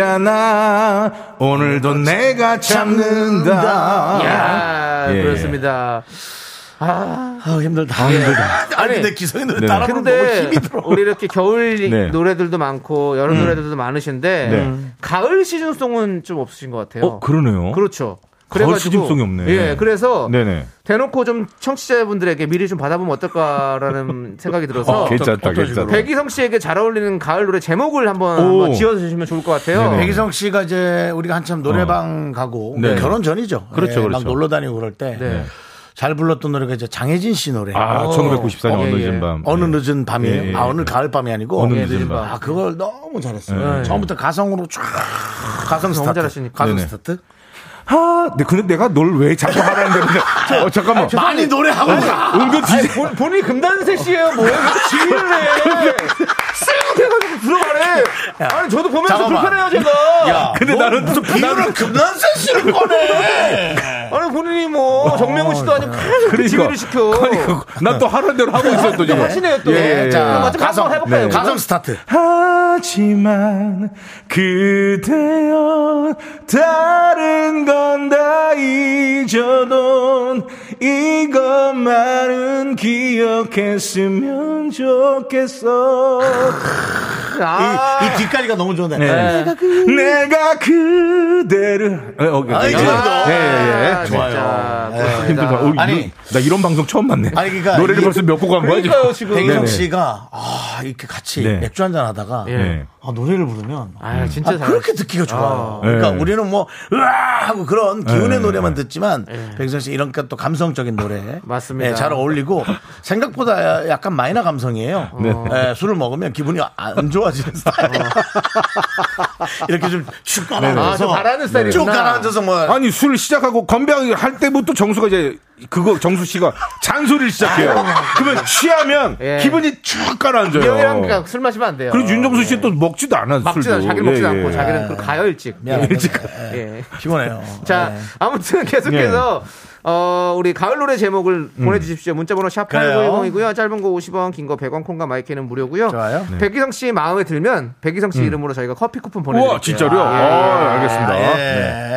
I: 인생이잖아. 오늘도 내가 참는다.
B: 야,
I: 아, 예.
B: 그렇습니다.
A: 아, 힘들다. 아, 힘들다. 아니, 근데 기성이 노래
I: 네.
A: 따라 부르면 너무
B: 근데
A: 힘이 들어.
B: 우리 이렇게 겨울
I: 네. 음.
B: 노래들도 많고 여름 노래들도 많으신데
I: 네.
B: 음. 가을 시즌송은 좀 없으신 것 같아요.
I: 어, 그러네요.
B: 그렇죠.
I: 가을
B: 그래가지고-
I: 시즌송이 없네.
B: 예, 그래서
I: 네네.
B: 대놓고 좀 청취자분들에게 미리 좀 받아보면 어떨까라는 생각이 들어서
I: 어, 괜찮다, 괜찮다.
B: 백이성 씨에게 잘 어울리는 가을 노래 제목을 한번, 한번 지어주시면 좋을 것 같아요.
I: 네네.
A: 백이성 씨가 이제 우리가 한참 노래방 가고
I: 네.
A: 결혼 전이죠.
I: 그렇죠,
A: 예, 막
I: 그렇죠.
A: 놀러 다니고 그럴 때.
B: 네.
A: 잘 불렀던 노래가 이제 장혜진 씨 노래.
I: 아,
B: 어.
I: 1994년 어느
B: 예, 예.
I: 늦은 밤.
A: 어느
I: 예.
A: 늦은 밤이에요.
I: 예, 예,
A: 아,
I: 예.
A: 오늘 가을 밤이 아니고.
I: 어느
B: 예,
I: 늦은
B: 늦은
I: 밤.
B: 밤.
A: 아, 그걸 너무 잘했어요.
I: 예.
A: 처음부터 가성으로 쫙 가성
B: 너무
A: 스타트.
B: 잘하시니까.
A: 가성
D: 네네.
A: 스타트?
I: 아,
D: 하, 네, 근데 내가 널 왜 자꾸 하라는 데는데. 저, 어, 잠깐만.
A: 많이 노래하고 가.
D: 은근 진짜.
B: 본, 본인이 금단색씨예요 뭐예요 지휘를 해 쓱 해가지고 들어가래 아니 저도 보면서
A: 잠깐만. 그
B: 불편해요 제가
A: 야,
D: 근데 나는 좀
A: 비율을 금난센스를 꺼내.
B: 아니 본인이
I: 어,
B: 뭐 정명훈 씨도 아니고 계속
I: 그러니까.
B: 그 지휘를 시켜
D: 그러니까 난또 하라는 대로 하고 있어, 또 지금.
B: 하시네요 또
D: 예, 예.
B: 그럼
A: 자,
B: 어차피
A: 가성,
B: 한번
A: 네.
B: 해볼까요
A: 가성 스타트.
D: 하지만 그대여 다른 건 다 잊어도 이것만은 기억했으면 좋겠어
B: 아,
A: 이, 이 뒷까지가 너무 좋네.
D: 내가 그대를 네, 오케이,
A: 아,
D: 오케이.
A: 이 정도.
D: 예, 예, 예.
A: 좋아요.
B: 진짜.
A: 예.
D: 힘들다. 어,
A: 아니.
D: 나 이런 방송 처음 봤네.
A: 아니, 그러니까
D: 노래를
A: 이-
D: 벌써 몇 곡 한 거야? 지금?
B: 그러니까요 지금
A: 백희성
D: 네네.
A: 씨가, 아, 이렇게 같이
D: 네.
A: 맥주 한잔 하다가,
B: 예.
D: 네.
A: 아, 노래를 부르면,
B: 아
A: 아,
B: 진짜 잘
A: 그렇게 듣기가
D: 아.
A: 좋아요. 그러니까
D: 네.
A: 우리는 뭐, 으아! 하고 그런 기운의 노래만 듣지만,
B: 네.
A: 백희성 씨 이런 또 감성적인 노래.
B: 맞습니다.
A: 예, 잘 어울리고, 생각보다 약간 마이너 감성이에요.
D: 네.
A: 예, 술을 먹으면 기분이 안 좋아지는 스타일. 이렇게 좀쭉
B: 아, 좀
A: 가라앉아서.
B: 바라는
A: 쭉
B: 스타일이구나.
A: 가라앉아서 뭐,
D: 네, 아니 술 시작하고 건배할 때부터 정수가 이제 그거 정수 씨가 잔소리를 시작해요. 그러면 취하면
B: 예.
D: 기분이 쭉
B: 형이랑
D: 가라앉아요.
B: 그냥 술 마시면 안 돼요
D: 그리고 윤정수 씨 또 먹지도 않아
B: 막지는
D: 술도.
B: 않- 자기는 먹지는
D: 예, 예.
B: 않고 자기는 그 가요 일찍
A: 미안해.
B: 예. 예.
A: 피곤해요.
B: 자,
D: 예.
A: 네.
B: 아무튼 계속해서 어, 우리 가을 노래 제목을
D: 음.
B: 보내주십시오. 문자번호
A: 그래요.
B: 샵8910이고요. 짧은 거 50원, 긴 거 100원, 콩과 마이크는 무료고요.
A: 좋아요.
B: 백기성 씨 마음에 들면 백기성 씨 이름으로 저희가 커피 쿠폰 보내드릴게요.
D: 우와 진짜로요?
B: 아,
D: 아,
B: 예.
D: 알겠습니다.
A: 아, 예.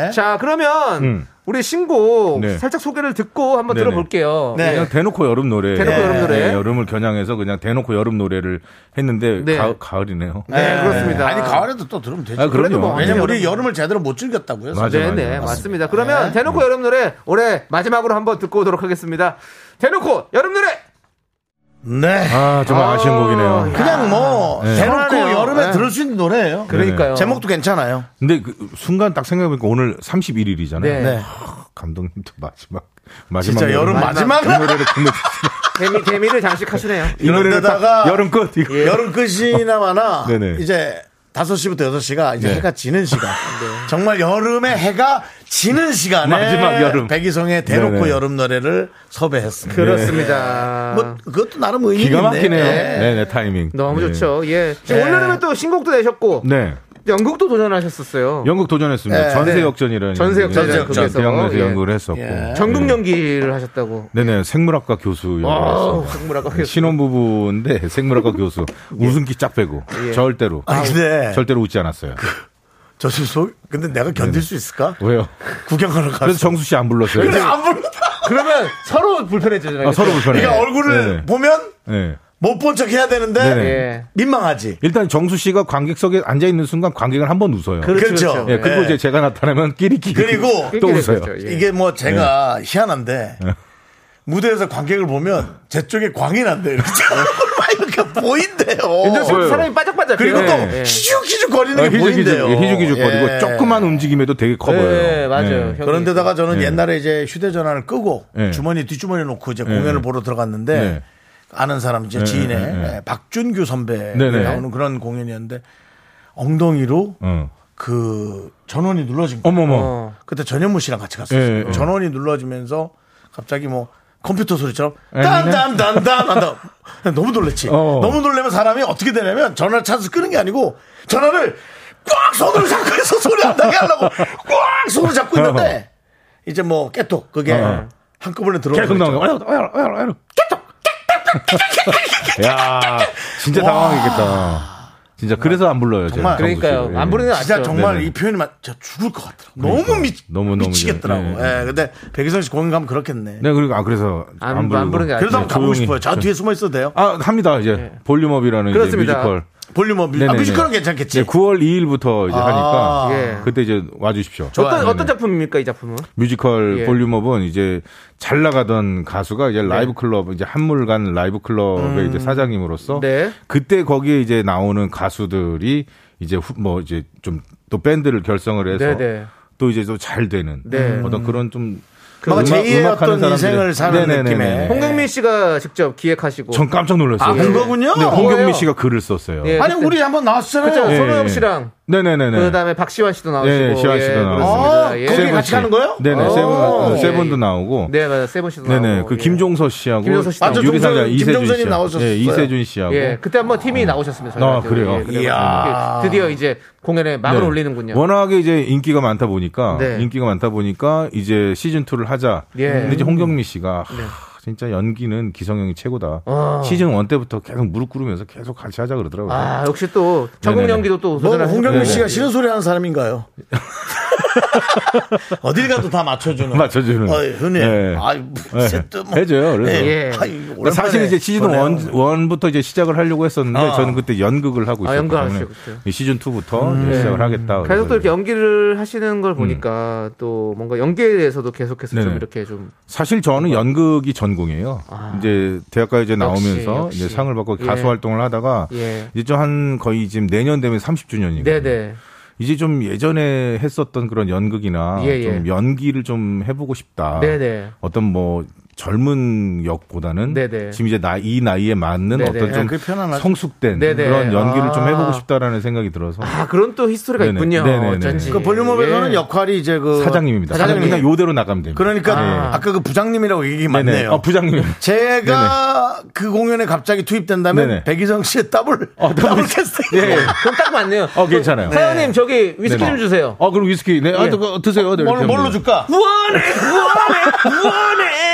D: 네.
B: 자, 그러면
D: 음.
B: 우리 신곡
D: 네.
B: 살짝 소개를 듣고 한번
D: 네네.
B: 들어볼게요.
A: 네.
D: 그냥 대놓고 여름 노래.
B: 대놓고
D: 예.
B: 여름 노래.
D: 예, 여름을 겨냥해서 그냥 대놓고 여름 노래를 했는데
B: 네.
D: 가, 가을이네요.
B: 네, 그렇습니다.
A: 아니, 가을에도 또 들으면 되죠.
D: 아, 그럼요.
B: 뭐
A: 왜냐면
B: 아니요.
A: 우리 여름을 제대로 못 즐겼다고요.
D: 맞아요.
B: 네, 네, 맞습니다. 그러면 대놓고 여름 노래 올해 마지막으로 한번 듣고 오도록 하겠습니다. 대놓고 여름 노래
A: 네.
D: 아 정말 아, 쉬운 곡이네요.
A: 그냥 뭐
D: 네.
A: 대놓고
B: 편하네요.
A: 여름에
B: 네.
A: 들을 수 있는 노래예요.
B: 그러니까요.
A: 제목도 괜찮아요.
D: 근데 그 순간 딱 생각해보니까 오늘 31일이잖아요.
B: 네.
A: 네.
D: 감독님도 마지막 마지막
A: 진짜 여름 마지막
D: 이 노래를 끝내
B: 데미 데미를 장식하시네요.
D: 이 노래를
A: 이런데다가 예,
D: 딱 여름 끝 이거
A: 여름 끝이나 마나
D: 어. 네네.
A: 이제 5시부터 6시가 이제
D: 네.
A: 해가 지는 시간. 정말 여름에 해가 지는 시간에
D: 마지막 여름.
A: 백이성의 대놓고
D: 네네.
A: 여름 노래를 섭외했습니다.
B: 그렇습니다.
A: 뭐 그것도 나름 의미
D: 기가
A: 있네.
D: 막히네요.
A: 네.
D: 네, 네, 타이밍.
B: 너무
D: 네.
B: 좋죠. 예. 지금
A: 예.
B: 올여름에 또 신곡도 내셨고
D: 네.
B: 연극도 도전하셨었어요.
D: 연극 도전했습니다.
A: 네.
D: 전세 역전이라는
B: 전세 역전
D: 네.
B: 연극에서.
D: 대학로에서
B: 예.
D: 연극을 했었고.
A: 예.
B: 전국 연기를 하셨다고. 네.
D: 네네 생물학과 교수
B: 와우,
D: 연극을 했어요.
B: 정말
A: 그
B: 아깝겠어요.
D: 신혼부부인데 네, 생물학과 교수 웃음기 쫙 빼고 절대로
A: 예. 아, 근데
D: 절대로 웃지 않았어요.
A: 저 지금 소 근데 내가 견딜 수 있을까?
D: 왜요?
A: 구경하러 가서.
D: 그래서 정수 씨 안 불렀어요.
A: 그래, 안 부른다.
B: 그러면 서로 불편해지잖아요.
D: 아, 서로 불편해.
A: 아, 그러니까 얼굴을 보면
D: 네.
A: 못 본 척 해야 되는데
D: 네네.
B: 예.
A: 민망하지.
D: 일단 정수 씨가 관객석에 앉아 있는 순간 관객을 한 번 웃어요.
B: 그렇죠.
A: 그렇죠.
B: 그렇죠.
D: 예, 그리고
A: 예.
D: 이제 제가 나타나면 끼리끼리
A: 그리고
D: 또 웃어요.
B: 그렇죠. 예.
A: 이게 뭐 제가
D: 네.
A: 희한한데 무대에서 관객을 보면 제 쪽에 광이 난대. 이렇게
D: 네. 예,
A: 얼굴만 이렇게 보인대요.
D: 보여요.
B: 사람이 빠짝빠짝.
A: 그리고
B: 예,
A: 또
B: 예.
A: 희죽희죽 거리는
D: 어,
A: 게 보인대요.
D: 희죽희죽, 희죽희죽거리고
A: 예.
D: 조그만 움직임에도 되게 커 보여요.
B: 예, 맞아요.
D: 예.
B: 형.
A: 그런데다가 저는
D: 예.
A: 옛날에 이제 휴대전화를 끄고
D: 예.
A: 주머니 뒷주머니에 놓고 이제
D: 예.
A: 공연을 보러 들어갔는데
D: 예.
A: 아는 사람 이제
D: 예,
A: 지인의
D: 예, 예.
A: 예, 박준규 선배
D: 네네.
A: 나오는 그런 공연이었는데 엉덩이로
D: 어.
A: 그 전원이 눌러진 거예요.
D: 어머머.
B: 어.
A: 그때 전현무 씨랑 같이 갔었어요.
D: 예, 예.
A: 전원이 눌러지면서 갑자기 뭐 컴퓨터 소리처럼
D: 예,
A: 딴딴딴딴 한다. 너무 놀랬지.
D: 어.
A: 너무 놀래면 사람이 어떻게 되냐면 전화를 찾아서 끄는 게 아니고 전화를 꽉 손으로 잡고 해서 소리 안 나게 하려고 꽉 손으로 잡고 있는데 이제 뭐 깨톡 그게
D: 어.
A: 한꺼번에 들어오는
D: 계속
A: 거
D: 나오는
A: 있죠.
D: 거. 어여, 어여, 어여, 어여. 야, 진짜
A: 와.
D: 당황했겠다. 진짜 그래서 안 불러요. 제가,
A: 정말.
D: 정수 씨를.
B: 그러니까요.
D: 예.
B: 안 부르는 게
A: 진짜
B: 낫죠.
A: 정말
D: 네네. 그러니까.
A: 이 표현이 맞, 진짜 죽을 것 같더라고. 너무 미,
D: 너무, 너무
A: 미치겠더라고.
D: 이제,
A: 예, 근데 백희성 씨 공연 가면 그렇겠네.
D: 네, 그리고 아 그래서
B: 안-
D: 안,
B: 안
D: 부르고.
B: 부르는 게 아니라
A: 그래서 한번 가보고
D: 조용히.
A: 싶어요. 저 뒤에 숨어 있어도 돼요.
D: 아, 합니다. 이제 볼륨업이라는 이제
B: 예. 그렇습니다.
D: 뮤지컬.
A: 볼륨업 뮤- 아,
D: 네네네.
A: 뮤지컬은 괜찮겠지.
D: 네, 9월 2일부터 이제
A: 아.
D: 하니까
B: 예.
D: 그때 이제 와주십시오.
B: 어떤,
D: 네네.
B: 어떤 작품입니까, 이 작품은?
D: 뮤지컬
B: 예.
D: 볼륨업은 이제 잘 나가던 가수가
A: 네.
D: 이제 라이브 클럽 이제 한물간 라이브 클럽의
A: 음.
D: 이제 사장님으로서
B: 네.
D: 그때 거기에 이제 나오는 가수들이 이제 후- 뭐 이제 좀 또 밴드를 결성을 해서
B: 네네.
D: 또 이제 또 잘 되는
B: 네.
D: 어떤 그런 좀
A: 뭔가
D: 음악-
A: 제2의
D: 음악하는
A: 어떤
D: 사람들의-
A: 인생을 사는
D: 네네네네.
A: 느낌의.
D: 홍-
B: 홍경민 씨가 직접 기획하시고.
D: 전 깜짝 놀랐어요.
A: 아, 그거군요?
D: 네, 홍경민
B: 그거예요.
D: 씨가 글을 썼어요.
B: 예.
A: 아니 우리 한번 나왔잖아요.
B: 그죠?
D: 예,
B: 손호영
D: 예.
B: 씨랑
D: 네네네네.
B: 그다음에 박시환 씨도 나오시고
D: 네, 시환 씨도 나오고. 아,
B: 그렇습니다.
A: 어,
B: 예.
A: 거기
D: 세븐
A: 같이
D: 씨.
A: 가는 거예요?
D: 네네. 세븐,
A: 오.
D: 어, 세븐도 나오고.
B: 네, 맞아요. 세븐 씨도 나오고.
D: 네네. 그
B: 예.
D: 김종서 씨하고.
B: 김종서 씨
D: 맞아,
B: 나오고.
D: 유리상자
A: 김종서-
D: 이세준
A: 김종서님
D: 씨.
A: 나오셨어요.
D: 예, 이세준 씨하고.
B: 예, 그때 한번 팀이 나오셨습니다. 저희
D: 아,
B: 라디오에.
D: 그래요?
B: 예, 그래가지고
A: 이야.
B: 드디어 이제 공연에 막을
D: 네.
B: 올리는군요.
D: 워낙에 이제 인기가 많다 보니까
B: 네.
D: 인기가 많다 보니까 이제 시즌 2를 하자.
B: 예.
D: 근데 이제 홍경미 씨가 하, 진짜 연기는 기성형이 최고다.
B: 아.
D: 시즌 1 때부터 계속 무릎 꿇으면서 계속 같이 하자 그러더라고요.
B: 아, 역시 또 전국
D: 네네네.
B: 연기도 또
A: 뭐
B: 도전을
A: 홍경민
D: 네네.
A: 씨가 싫은 소리 하는 사람인가요? 어딜 가도 다 맞춰주는.
D: 맞춰주는.
A: 어이, 흔해.
D: 예.
A: 아이,
D: 예.
A: 무슨 또 뭐.
D: 해줘요. 그래서.
B: 예.
A: 아이,
D: 그러니까 사실 이제 시즌
A: 오랜만에
D: 원 1부터 이제 시작을 하려고 했었는데
A: 아.
D: 저는 그때 연극을 하고
B: 아,
D: 있었기
B: 연극을
D: 때문에
B: 하셨죠, 그때.
D: 이 시즌 2부터 이제 시작을 하겠다.
B: 계속 음. 또
D: 네. 아, 그래서
B: 이렇게 연기를 하시는 걸 보니까 또 뭔가 연기에 대해서도 계속해서 좀
D: 음. 네네.
B: 이렇게 좀
D: 사실 저는 연극이 전공이에요. 이제 대학가요제 나오면서
B: 아, 역시.
D: 이제 상을 받고
B: 예.
D: 가수 활동을 하다가
B: 예.
D: 이제 좀 한 거의 지금 내년 되면 30주년이고
B: 네네.
D: 이제 좀 예전에 했었던 그런 연극이나
B: 예, 예.
D: 좀 연기를 좀 해보고 싶다.
B: 네네.
D: 어떤 뭐 젊은 역보다는
B: 네네.
D: 지금 이제 나 이 나이에 맞는
B: 네네. 아,
D: 어떤 좀
A: 그게 편안하죠.
D: 성숙된
B: 네네.
D: 그런 연기를
B: 아.
D: 좀 해보고 싶다라는 생각이 들어서
B: 아, 그런 또 히스토리가
D: 네네.
B: 있군요.
D: 네네네.
B: 어쩐지.
A: 그 볼륨업에서는
B: 예.
A: 역할이 이제 그.
D: 사장님입니다. 사장님 그냥 요대로 나가면 됩니다.
A: 그러니까
B: 아.
A: 아. 까그 부장님이라고 얘기 맞네요.
D: 네네. 어, 부장님.
A: 제가 그 공연에 갑자기 투입된다면
D: 네네.
A: 백이성 씨의 더블
D: 어, 더블
A: 더블 캐스팅.
D: 예.
B: 그럼 딱 맞네요.
D: 어, 괜찮아요.
B: 사장님 저기 위스키
D: 네네.
B: 좀 주세요.
D: 어, 그럼 위스키. 네. 아,
B: 예.
D: 그거 드세요. 네, 이렇게
A: 뭘, 뭘로
D: 하면 돼요.
A: 줄까?
B: 우원해, 우원해,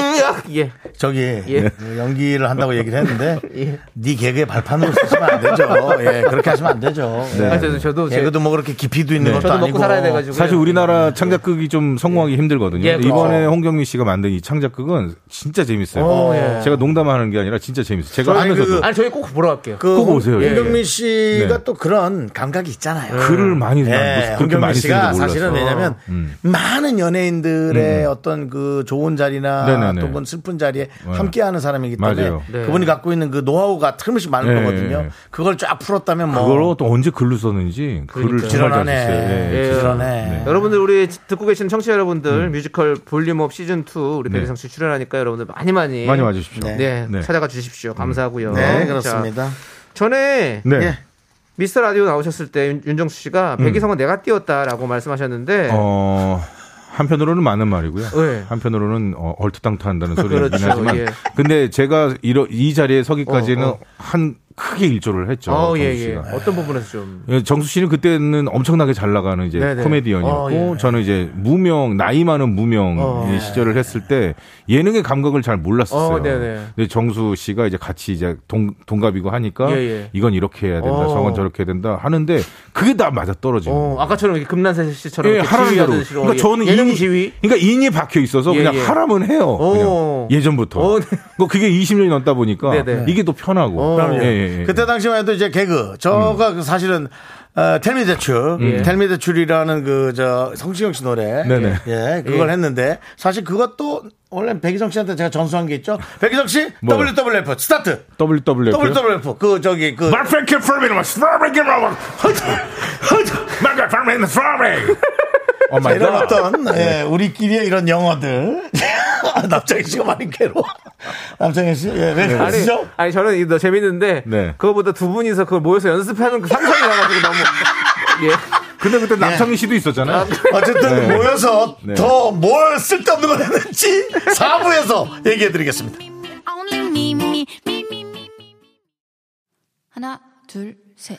B: 우원해. 예.
A: 저기
B: 예.
A: 그 연기를 한다고 얘기를 했는데
B: 예.
A: 네 개그의 발판으로 쓰시면 안 되죠. 예, 그렇게 하시면 안 되죠.
D: 네.
A: 예.
B: 아, 저도 저도 제-
A: 개그도 뭐 그렇게 깊이도 있는 것도
B: 저도 먹고
A: 아니고
B: 살아야 돼가지고.
D: 사실 우리나라 창작극이 좀 성공하기 힘들거든요.
B: 네. 예,
D: 근데 이번에 홍경민 씨가 만든 이 창작극은 진짜 재밌어요.
B: 어, 예.
D: 제가 농담하는 게 아니라 진짜 재밌어요. 제가
A: 아니,
D: 하면서도
B: 아니 저희 꼭 보러 갈게요.
A: 그
D: 꼭 오세요, 예.
A: 홍경민 씨가
D: 네. 음.
A: 또 그런 감각이 있잖아요.
D: 글을 많이 쓰는
A: 예,
D: 그렇게
A: 홍경민
D: 많이
A: 씨가
D: 쓰는지 몰라서. 음.
A: 사실은 왜냐면 많은 연예인들의 어떤 그 좋은 자리나
D: 네네네.
A: 또는 슬픈 자리에 함께하는 사람이기 때문에
D: 맞아요.
B: 네.
A: 그분이 갖고 있는 그 노하우가 틀림없이 많은
D: 예,
A: 거거든요.
D: 예.
A: 그걸 쫙 풀었다면 뭐
D: 그걸로 또 언제 글로 썼는지 글을 정말 잘
A: 부지런하네.
D: 썼어요. 예,
B: 예.
D: 진짜.
A: 부지런해.
D: 네.
B: 여러분들 우리 듣고 계신 청취자 여러분들 뮤지컬 볼륨업 시즌 2 우리
D: 음. 네.
B: 백이성 씨 출연하니까 여러분들 많이 많이
D: 많이 와주십시오.
A: 네.
B: 네,
D: 네.
B: 찾아가 주십시오. 감사하고요.
A: 네,
B: 자,
A: 그렇습니다.
B: 전에
D: 네. 음.
A: 예.
B: 미스터 라디오 나오셨을 때 윤- 윤정수 씨가 백이성은 내가 띄웠다라고 말씀하셨는데
D: 어, 한편으로는 많은 말이고요.
B: 네.
D: 한편으로는 어, 얼토당토한다는 소리긴
B: 그렇죠,
D: 하지만,
B: 예.
D: 근데 제가 이러, 이 자리에 서기까지는
B: 어, 어.
D: 한 크게 일조를 했죠.
B: 어,
D: 정수
B: 예, 예.
D: 그렇죠. 씨가.
B: 어떤 부분에서 좀
D: 예, 정수 씨는 그때는 엄청나게 잘 나가는 이제
B: 네네.
D: 코미디언이었고
B: 어, 예.
D: 저는 이제 무명 나이 많은 무명 이 시절을 했을 때 예능의 감각을 잘 몰랐었어요.
B: 어, 네네.
D: 근데 정수 씨가 이제 같이 이제 동, 동갑이고 하니까
B: 예, 예.
D: 이건 이렇게 해야 된다,
B: 어.
D: 저건 저렇게 해야 된다 하는데 그게 다 맞아 떨어지는.
B: 어, 아까처럼 이렇게 금난세 씨처럼
D: 예,
B: 이렇게
D: 하라는 대로.
B: 지휘하듯이
D: 그러니까 저는
B: 예능
D: 인이-
B: 지휘
D: 그러니까 인이 박혀 있어서
B: 예,
D: 그냥
B: 예.
D: 하라면 해요.
B: 어.
D: 그냥 예전부터.
B: 어, 네.
D: 뭐 그게 20년이 넘다 보니까
B: 네네. 어.
D: 이게 또 편하고.
B: 그럼요.
D: 예, 예, 예.
A: 그때 당시만 해도 이제 개그. 저가 그 사실은 어, 텔미 대출, 텔미 대출이라는 그 저 성시경 씨 노래,
D: 예. 네네.
A: 예, 그걸 했는데 사실 그것도 원래 백이성 씨한테 제가 전수한 게 있죠. 백이성 씨,
D: 뭐?
A: WWF 스타트,
D: WWF.
A: WWF 그 저기 그
D: Perfect for me, my fabric and rubber. My God, for me, the fabric. Oh my
A: 이런
D: God.
A: 어떤 예, 우리끼리의 이런 영어들. 남창희 씨가 많이 괴로워. 남창희 씨, 예, 왜
B: 아니,
A: 그러시죠?
B: 아니 저는 이거 재밌는데
D: 네.
B: 그거보다 두 분이서 그걸 모여서 연습하는 그 상상이 나가지고 너무 예.
D: 근데 그때 남창희 씨도 있었잖아요.
A: 어쨌든
D: 네.
A: 모여서
D: 네.
A: 더 뭘 쓸데없는 걸 했는지 4부에서 얘기해 드리겠습니다.
E: Only me, me, me, me, me, me. 하나, 둘, 셋.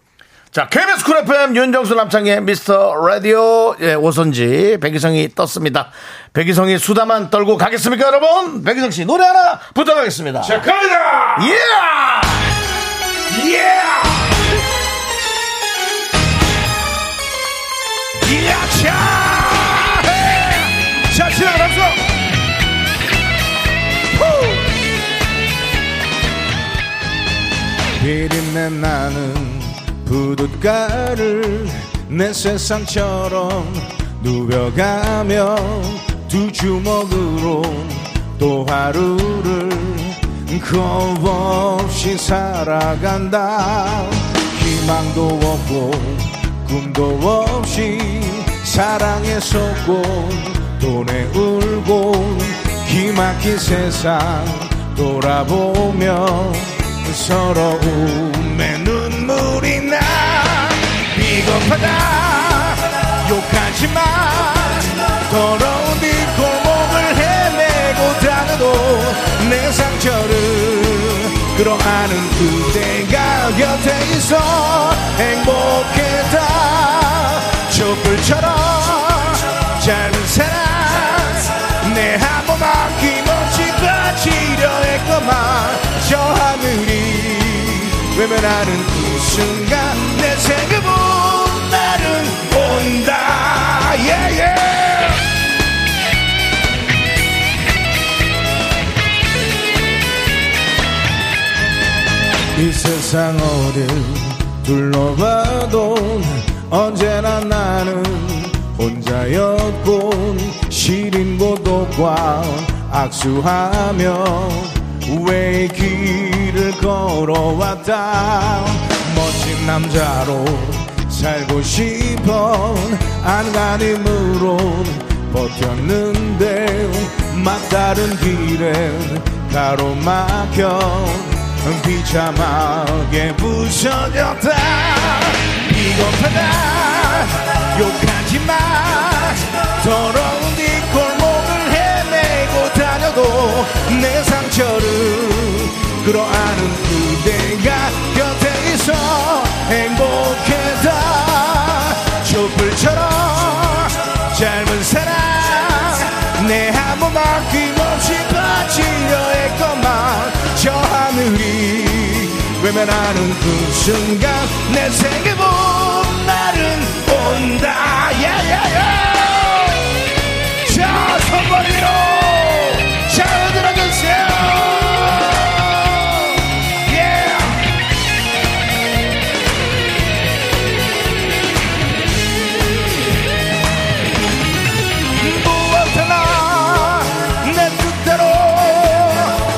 A: 자 KBS 쿨 FM 윤정수 남창희의 미스터 라디오 예, 오선지 백이성이 떴습니다 백이성이 수다만 떨고 가겠습니까 여러분 백이성씨 노래 하나 부탁하겠습니다
D: 갑니다.
A: 예! 예!
D: 자, 시작합시다. 비린내 나는 부둣가를 내 세상처럼 누벼가며 두 주먹으로 또 하루를
A: 겁 없이 살아간다 희망도 없고 꿈도 없이 사랑에 속고 돈에 울고 기막힌 세상 돌아보며 서러움에 눈물이 나 비겁하다 욕하지마 더러운 네 골목을 헤매고 다녀도 내 상처를 끌어안은 그대가 곁에 있어 행복했다 촛불처럼 짧은 사랑 내 한 번 아낌없이 바치려 했건만 저 하늘이 외면하는 그 순간 내 생각은 나는 온다 yeah, yeah. 이 세상 어딜 둘러봐도 언제나 나는 혼자였고 시린 고독과 악수하며 왜 길을 걸어왔다 멋진 남자로 살고 싶어 안간힘으로 버텼는데 막다른 길에 가로막혀 비참하게 부서졌다 비겁하다 욕하지마 더러운 네 골목을 헤매고 다녀도 내 상처를 끌어안은 그대가 곁에 있어 행복했다 촛불처럼 젊은 사랑 내 한 번 아낌없이 바치려 했건만 저 하늘이 외면하는 그 순간 내 생각은 나는 온다 야야야 자 손머리로 자 흔들어주세요 yeah. 무엇하나 내 뜻대로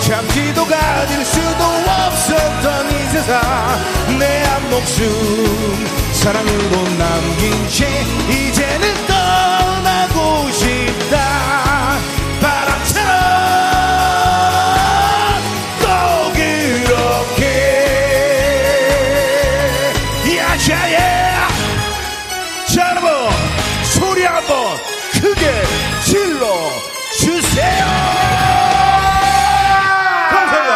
A: 잠시도 가질 수도 없었던 이 세상 내 한 목숨 사랑으로 남긴 채 이제는 떠나고 싶다 바람처럼 또 그렇게 야샤야 자, 여러분, 소리 한번 크게 질러 주세요! 감사합니다.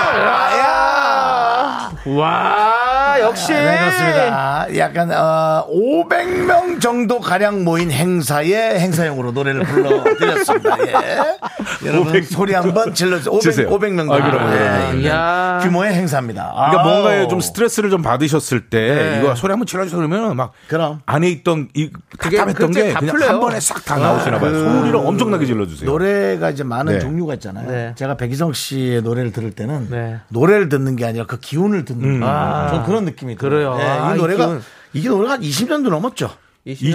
B: 와, 역시.
A: 아,
D: 네, 그렇습니다. 약간 어, 500명 정도 가량 모인 행사의 행사용으로 노래를 불러드렸습니다. 예. 여러분
A: 500
D: 소리 한번 질러주세요. 500,
A: 주세요.
D: 500명 정도
A: 아, 그럼요.
D: 예, 있는
B: 이야.
D: 규모의 행사입니다.
A: 그러니까
D: 아우. 예,
A: 뭔가에 좀 스트레스를 좀 받으셨을 때
B: 네.
A: 이거 소리 한번 질러주세요 그러면 막
D: 그럼.
A: 안에 있던 이
B: 그게
A: 답답했던
B: 그게
A: 게
B: 다
A: 그냥
B: 풀려요.
A: 한 번에 싹 다 나오시나 봐요.
D: 그
A: 소리를 엄청나게 질러주세요.
D: 노래가 이제 많은
A: 네.
D: 종류가 있잖아요.
B: 네.
D: 제가 백이성 씨의 노래를 들을 때는
B: 네.
D: 노래를 듣는 게 아니라 그 기운을
A: 음.
D: 듣는
B: 아.
D: 전 그런 느낌이
B: 그래요.
D: 들어요. 예,
B: 아, 이
D: 이 노래가
B: 기운.
D: 이게 노래가 한 20년도 넘었죠.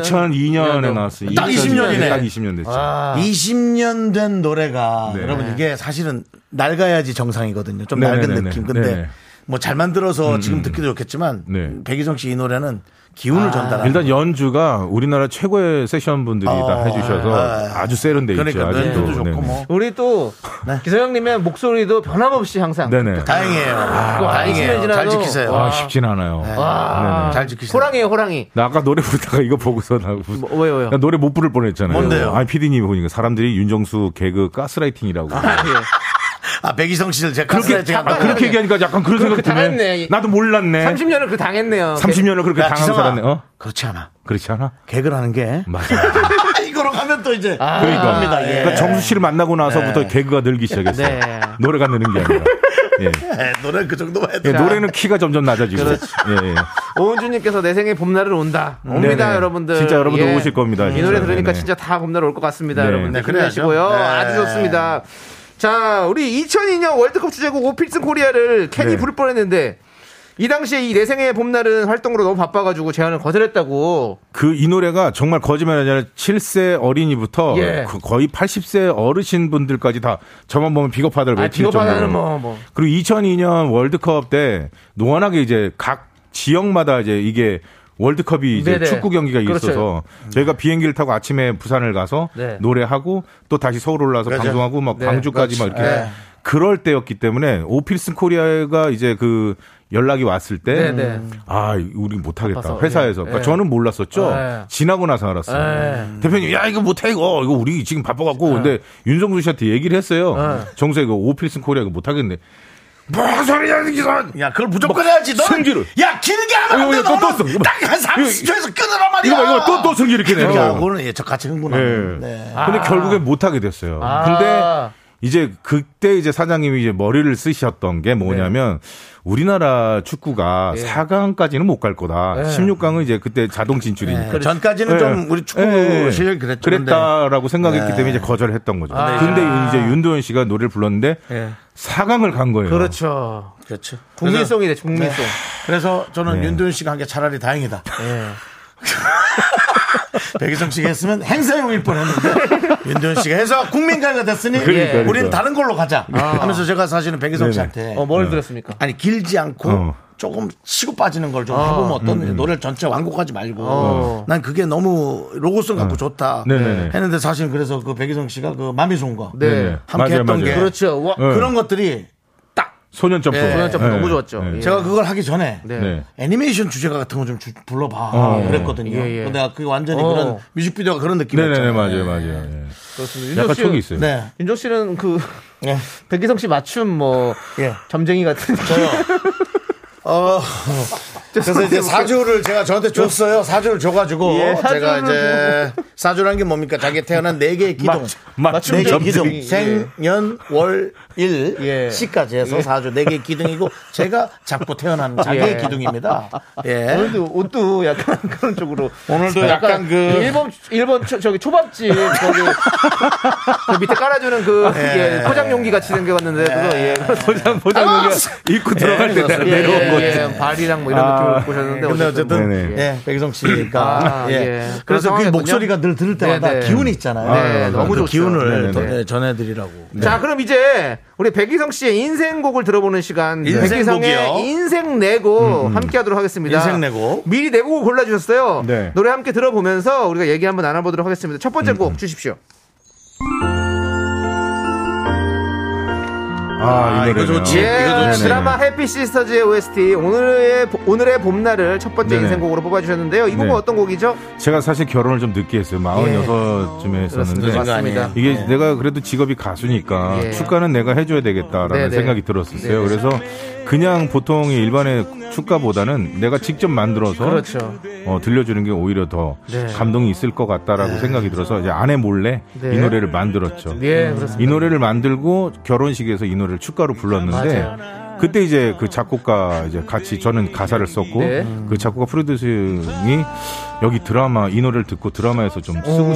A: 2002년에 나왔어요.
D: 네, 딱 20년 이네. 아,
A: 딱 20년 됐죠.
B: 아.
D: 20년 된 노래가
A: 네.
D: 여러분 이게 사실은 낡아야지 정상이거든요. 좀
A: 네네네네.
D: 낡은 느낌. 근데
A: 네네. 음,
D: 뭐 잘 만들어서 지금 듣기도 좋겠지만
A: 네.
D: 백이성 씨 이 노래는
B: 아.
D: 기운을 전달하는
A: 일단 연주가 우리나라 최고의 세션 분들이
D: 어,
A: 다 해주셔서
D: 아,
A: 아주 세련돼 있죠.
D: 그러니까
A: 아직도.
D: 면도도 좋고
A: 네네.
D: 뭐
B: 우리 또
A: 네.
B: 기사형님의 목소리도 변함없이 항상
D: 아,
A: 네네.
D: 다행이에요.
B: 그거
D: 다행이에요.
B: 아, 아시면
D: 잘
B: 지나도-
D: 지키세요.
A: 아, 쉽진
D: 네.
A: 않아요. 네.
B: 와.
D: 잘 지키세요.
B: 호랑이에요, 호랑이.
A: 나 아까 노래 부르다가 이거 보고서 나 무슨-
B: 뭐, 왜요, 왜요?
D: 네.
A: 나 노래 못 부를 뻔했잖아요.
D: 뭔데요?
A: 아니 PD님 보니까 사람들이 윤정수 개그 가스라이팅이라고.
D: 아 백이성 씨를 제가 그렇게
A: 아, 그렇게 얘기하니까 약간 그런 생각이
B: 그렇게
A: 드네.
B: 당했네.
A: 나도 몰랐네. 30...
B: 30년을 그 당했네요.
A: 년을 그렇게
D: 야,
A: 당하고
D: 지성아.
A: 살았네. 어?
D: 그렇지 않아.
A: 그렇지 않아?
D: 개그를 하는 게
A: 맞아.
D: 이거로 가면 또 이제
A: 그러니까.
D: 갑니다. 예.
A: 그러니까 정수 씨를 만나고 나서부터 개그가 늘기 시작했어요.
B: 네.
A: 노래가 느는 게 아니라. 예.
D: 예, 노래 그 정도만 해도
A: 예, 노래는 키가 점점 낮아지고. 예, 예.
B: 오은주님께서 내 생에 봄날은 온다. 옵니다,
A: 네네.
B: 여러분들. 예.
A: 진짜 여러분들 오실 겁니다,
B: 이
A: 진짜.
B: 노래 들으니까
A: 네네.
B: 진짜 다 봄날 올 것 같습니다,
A: 네.
B: 여러분들.
D: 네, 그래야죠.
B: 힘내시고요.
D: 네.
B: 아주 좋습니다. 자, 우리 2002년 월드컵 주제곡 오필승 코리아를 캔이
A: 네.
B: 부를 뻔했는데 이 당시에 이 내생의 봄날은 활동으로 너무 바빠가지고 제안을 거절했다고.
D: 그 이 노래가 정말 거짓말 아니라 7세 어린이부터
B: 예.
D: 그 거의 80세 어르신 분들까지 다 저만 보면 비겁하다를
A: 그렇죠,
B: 아,
D: 외칠 정도로.
B: 비겁하다는 뭐, 뭐.
A: 네.
D: 그리고 2002년 월드컵 때 노원하게 이제 각 지역마다 이제 이게 월드컵이 이제
B: 네네.
D: 축구 경기가
B: 그렇죠.
D: 있어서 저희가 비행기를 타고 아침에 부산을 가서
B: 네.
D: 노래하고 또 다시 서울 올라와서
A: 그렇죠.
D: 방송하고 막
B: 네.
D: 광주까지 막 이렇게
A: 네.
D: 그럴 때였기 때문에 오필슨 코리아가 이제 그 연락이 왔을 때
B: 네네.
D: 아, 우리 못하겠다.
B: 바빠서,
D: 회사에서.
B: 예.
D: 그러니까
B: 예.
D: 저는 몰랐었죠.
B: 예.
D: 지나고 나서 알았어요. 대표님, 야, 이거 못해, 이거. 이거 우리 지금 바빠갖고. 근데 윤정수 씨한테 얘기를 했어요.
B: 예.
D: 정수야, 이거 오필슨 코리아 이거 못하겠네. 뭔 소리야, 이 기선!
A: 야, 그걸 무조건 해야지. 너
D: 예. 뭐, 승기를.
A: 야, 길게 하면 안
D: 어,
A: 돼.
D: 이거 또 떴어.
A: 너는
D: 이거 봐.
A: 딱한 30초에서 끊으란 말이야.
D: 이거 봐, 이거 봐. 또, 또 승기 이렇게
B: 그렇죠.
A: 야,
B: 뭐,
D: 내요.
A: 그거는 예, 저 같이
D: 예.
A: 흥분하는. 네.
D: 근데 결국엔 못하게 됐어요.
B: 아.
D: 근데 이제 그때 이제 사장님이 이제 머리를 쓰셨던 게 뭐냐면
B: 네.
D: 우리나라
B: 예.
D: 축구가 4강까지는 못 갈 거다. 16강은 이제 그때 자동
B: 네,
D: 진출이니까.
A: 예, 전까지는
D: 예.
A: 좀 우리 축구
D: 예, 예.
A: 실력이 그랬죠.
D: 그랬다라고 생각했기
A: 네.
D: 때문에 이제 거절했던 거죠.
B: 아.
D: 근데 이제 윤도현 씨가 노래를 불렀는데
B: 예.
D: 사강을간 거예요.
B: 그렇죠.
A: 근데 그렇죠. 그래서,
B: 국민송이래, 국민송.
A: 네. 그래서 저는
D: 네.
A: 윤도현 씨가 한 게 차라리 다행이다.
B: 예.
A: 백희성 씨가 했으면 행사용일 뻔했는데 윤도현 씨가 해서 국민가요가 됐으니
D: 그러니까,
A: 우린
D: 그러니까.
A: 다른 걸로 가자 하면서 제가 사실은
D: 네네.
A: 백희성
D: 뭐.
A: 씨한테
B: 어, 뭘 들었습니까?
A: 아니 길지 않고
D: 어. 아, 음,
A: 조금 치고 빠지는 걸 좀 해보면 어떤 노래를 전체 완곡하지 말고
B: 어.
A: 난 그게 너무 로고성 갖고 좋다
D: 어. 네네네.
A: 했는데 사실 그래서 그 백희성 씨가 그 마미송과
B: 네.
D: 네.
A: 함께 했던 게
B: 그렇죠. 와, 네.
D: 네.
A: 그런 것들이 딱
D: 소년 점프.
A: 예.
B: 소년 점프
D: 예.
B: 너무 좋았죠.
D: 예.
B: 예.
A: 제가 그걸 하기 전에
B: 네.
D: 네.
A: 애니메이션 주제가 같은 거 좀 불러봐
D: 어.
A: 그랬거든요.
B: 예, 예.
A: 근데 내가 그게 완전히
B: 어.
A: 그런 뮤직비디오가 그런
D: 네네네
A: 느낌이었잖아요.
D: 맞아요 맞아요. 예.
B: 그렇습니다.
D: 약간
B: 윤정
D: 촉이
B: 씨.
D: 있어요.
A: 네.
B: 윤정 씨는 그,
D: 네.
A: 예.
B: 백기성 씨 맞춤 뭐,
A: 예.
B: 점쟁이 같은.
A: 저요. 어, 그래서 이제 사주를 제가 저한테 줬어요. 사주를 줘가지고
B: 예, 사주를
A: 제가 이제 사주라는 게 뭡니까? 자기 태어난 네 개의 기둥.
D: 맞춤
A: 네 개의
D: 점쟁이.
A: 기둥. 생년월일
B: 예.
A: 시까지 해서 사주 네 개의 기둥이고 제가 작고 태어난 자기의
B: 예.
A: 기둥입니다. 예.
B: 오늘도 옷도 약간 그런 쪽으로. 그러니까
A: 오늘도 약간 그-
B: 일본 일본 초, 저기 초밥집 거기 그 밑에 깔아주는 그
A: 예.
B: 이게 포장 용기 같이 생겨갔는데 그거 예 포장 포장
A: 아,
B: 용기
A: 네.
D: 입고 들어갈 때
B: 예,
D: 내려온
B: 예,
D: 거지.
B: 예, 발이랑 뭐 이런 느낌으로 보셨는데
A: 아, 근데 어쨌든
D: 네네.
A: 예, 백희성 씨가
B: 아,
A: 예.
B: 예. 그런
A: 그래서 그
B: 상황이었군요.
A: 목소리가 늘 들을 때마다
B: 네네.
A: 기운이 있잖아요.
B: 네,
A: 그
B: 너무 좋죠.
D: 네네.
A: 기운을 더- 네, 전해드리라고.
B: 자 그럼 이제 우리 백희성 씨의 인생곡을 들어보는 시간
A: 인생곡이요? 음,
B: 백희성의 인생 내고 함께하도록 하겠습니다.
A: 인생 내고.
B: 미리 내곡을 골라주셨어요.
D: 네.
B: 노래 함께 들어보면서 우리가 얘기 한번 나눠보도록 하겠습니다. 첫
A: 음,
B: 번째 곡 주십시오.
D: 아, 이 노래
A: 좋지.
B: 예,
A: 이거 좋지.
B: 드라마
D: 네.
B: 해피 시스터즈의 OST 오늘의 오늘의 봄날을 첫 번째
D: 네네.
B: 인생곡으로 뽑아주셨는데요. 이 곡은
D: 네.
B: 어떤 곡이죠?
D: 제가 사실 결혼을 좀 늦게 했어요. 46쯤에 했었는데
A: 예. 그렇습니다.
B: 맞습니다.
D: 이게 내가 그래도 직업이 가수니까
B: 네. 예.
D: 축가는 내가 해줘야 되겠다라는
B: 네네.
D: 생각이 들었었어요.
B: 네네.
D: 그래서 그냥 보통의 일반의 축가보다는 내가 직접 만들어서
B: 그렇죠.
D: 어, 들려주는 게 오히려 더
B: 네.
D: 감동이 있을 것 같다라고 생각이 들어서 이제 아내 몰래
B: 네.
D: 이 노래를 만들었죠.
B: 예, 그렇습니다.
D: 이 노래를 만들고 결혼식에서 이 노래를 축가로 불렀는데 그때 이제 그 작곡가 이제 같이 저는 가사를 썼고
B: 네.
D: 그 작곡가 프로듀싱이 여기 드라마 이 노래를 듣고 드라마에서 좀 쓰고
B: 오.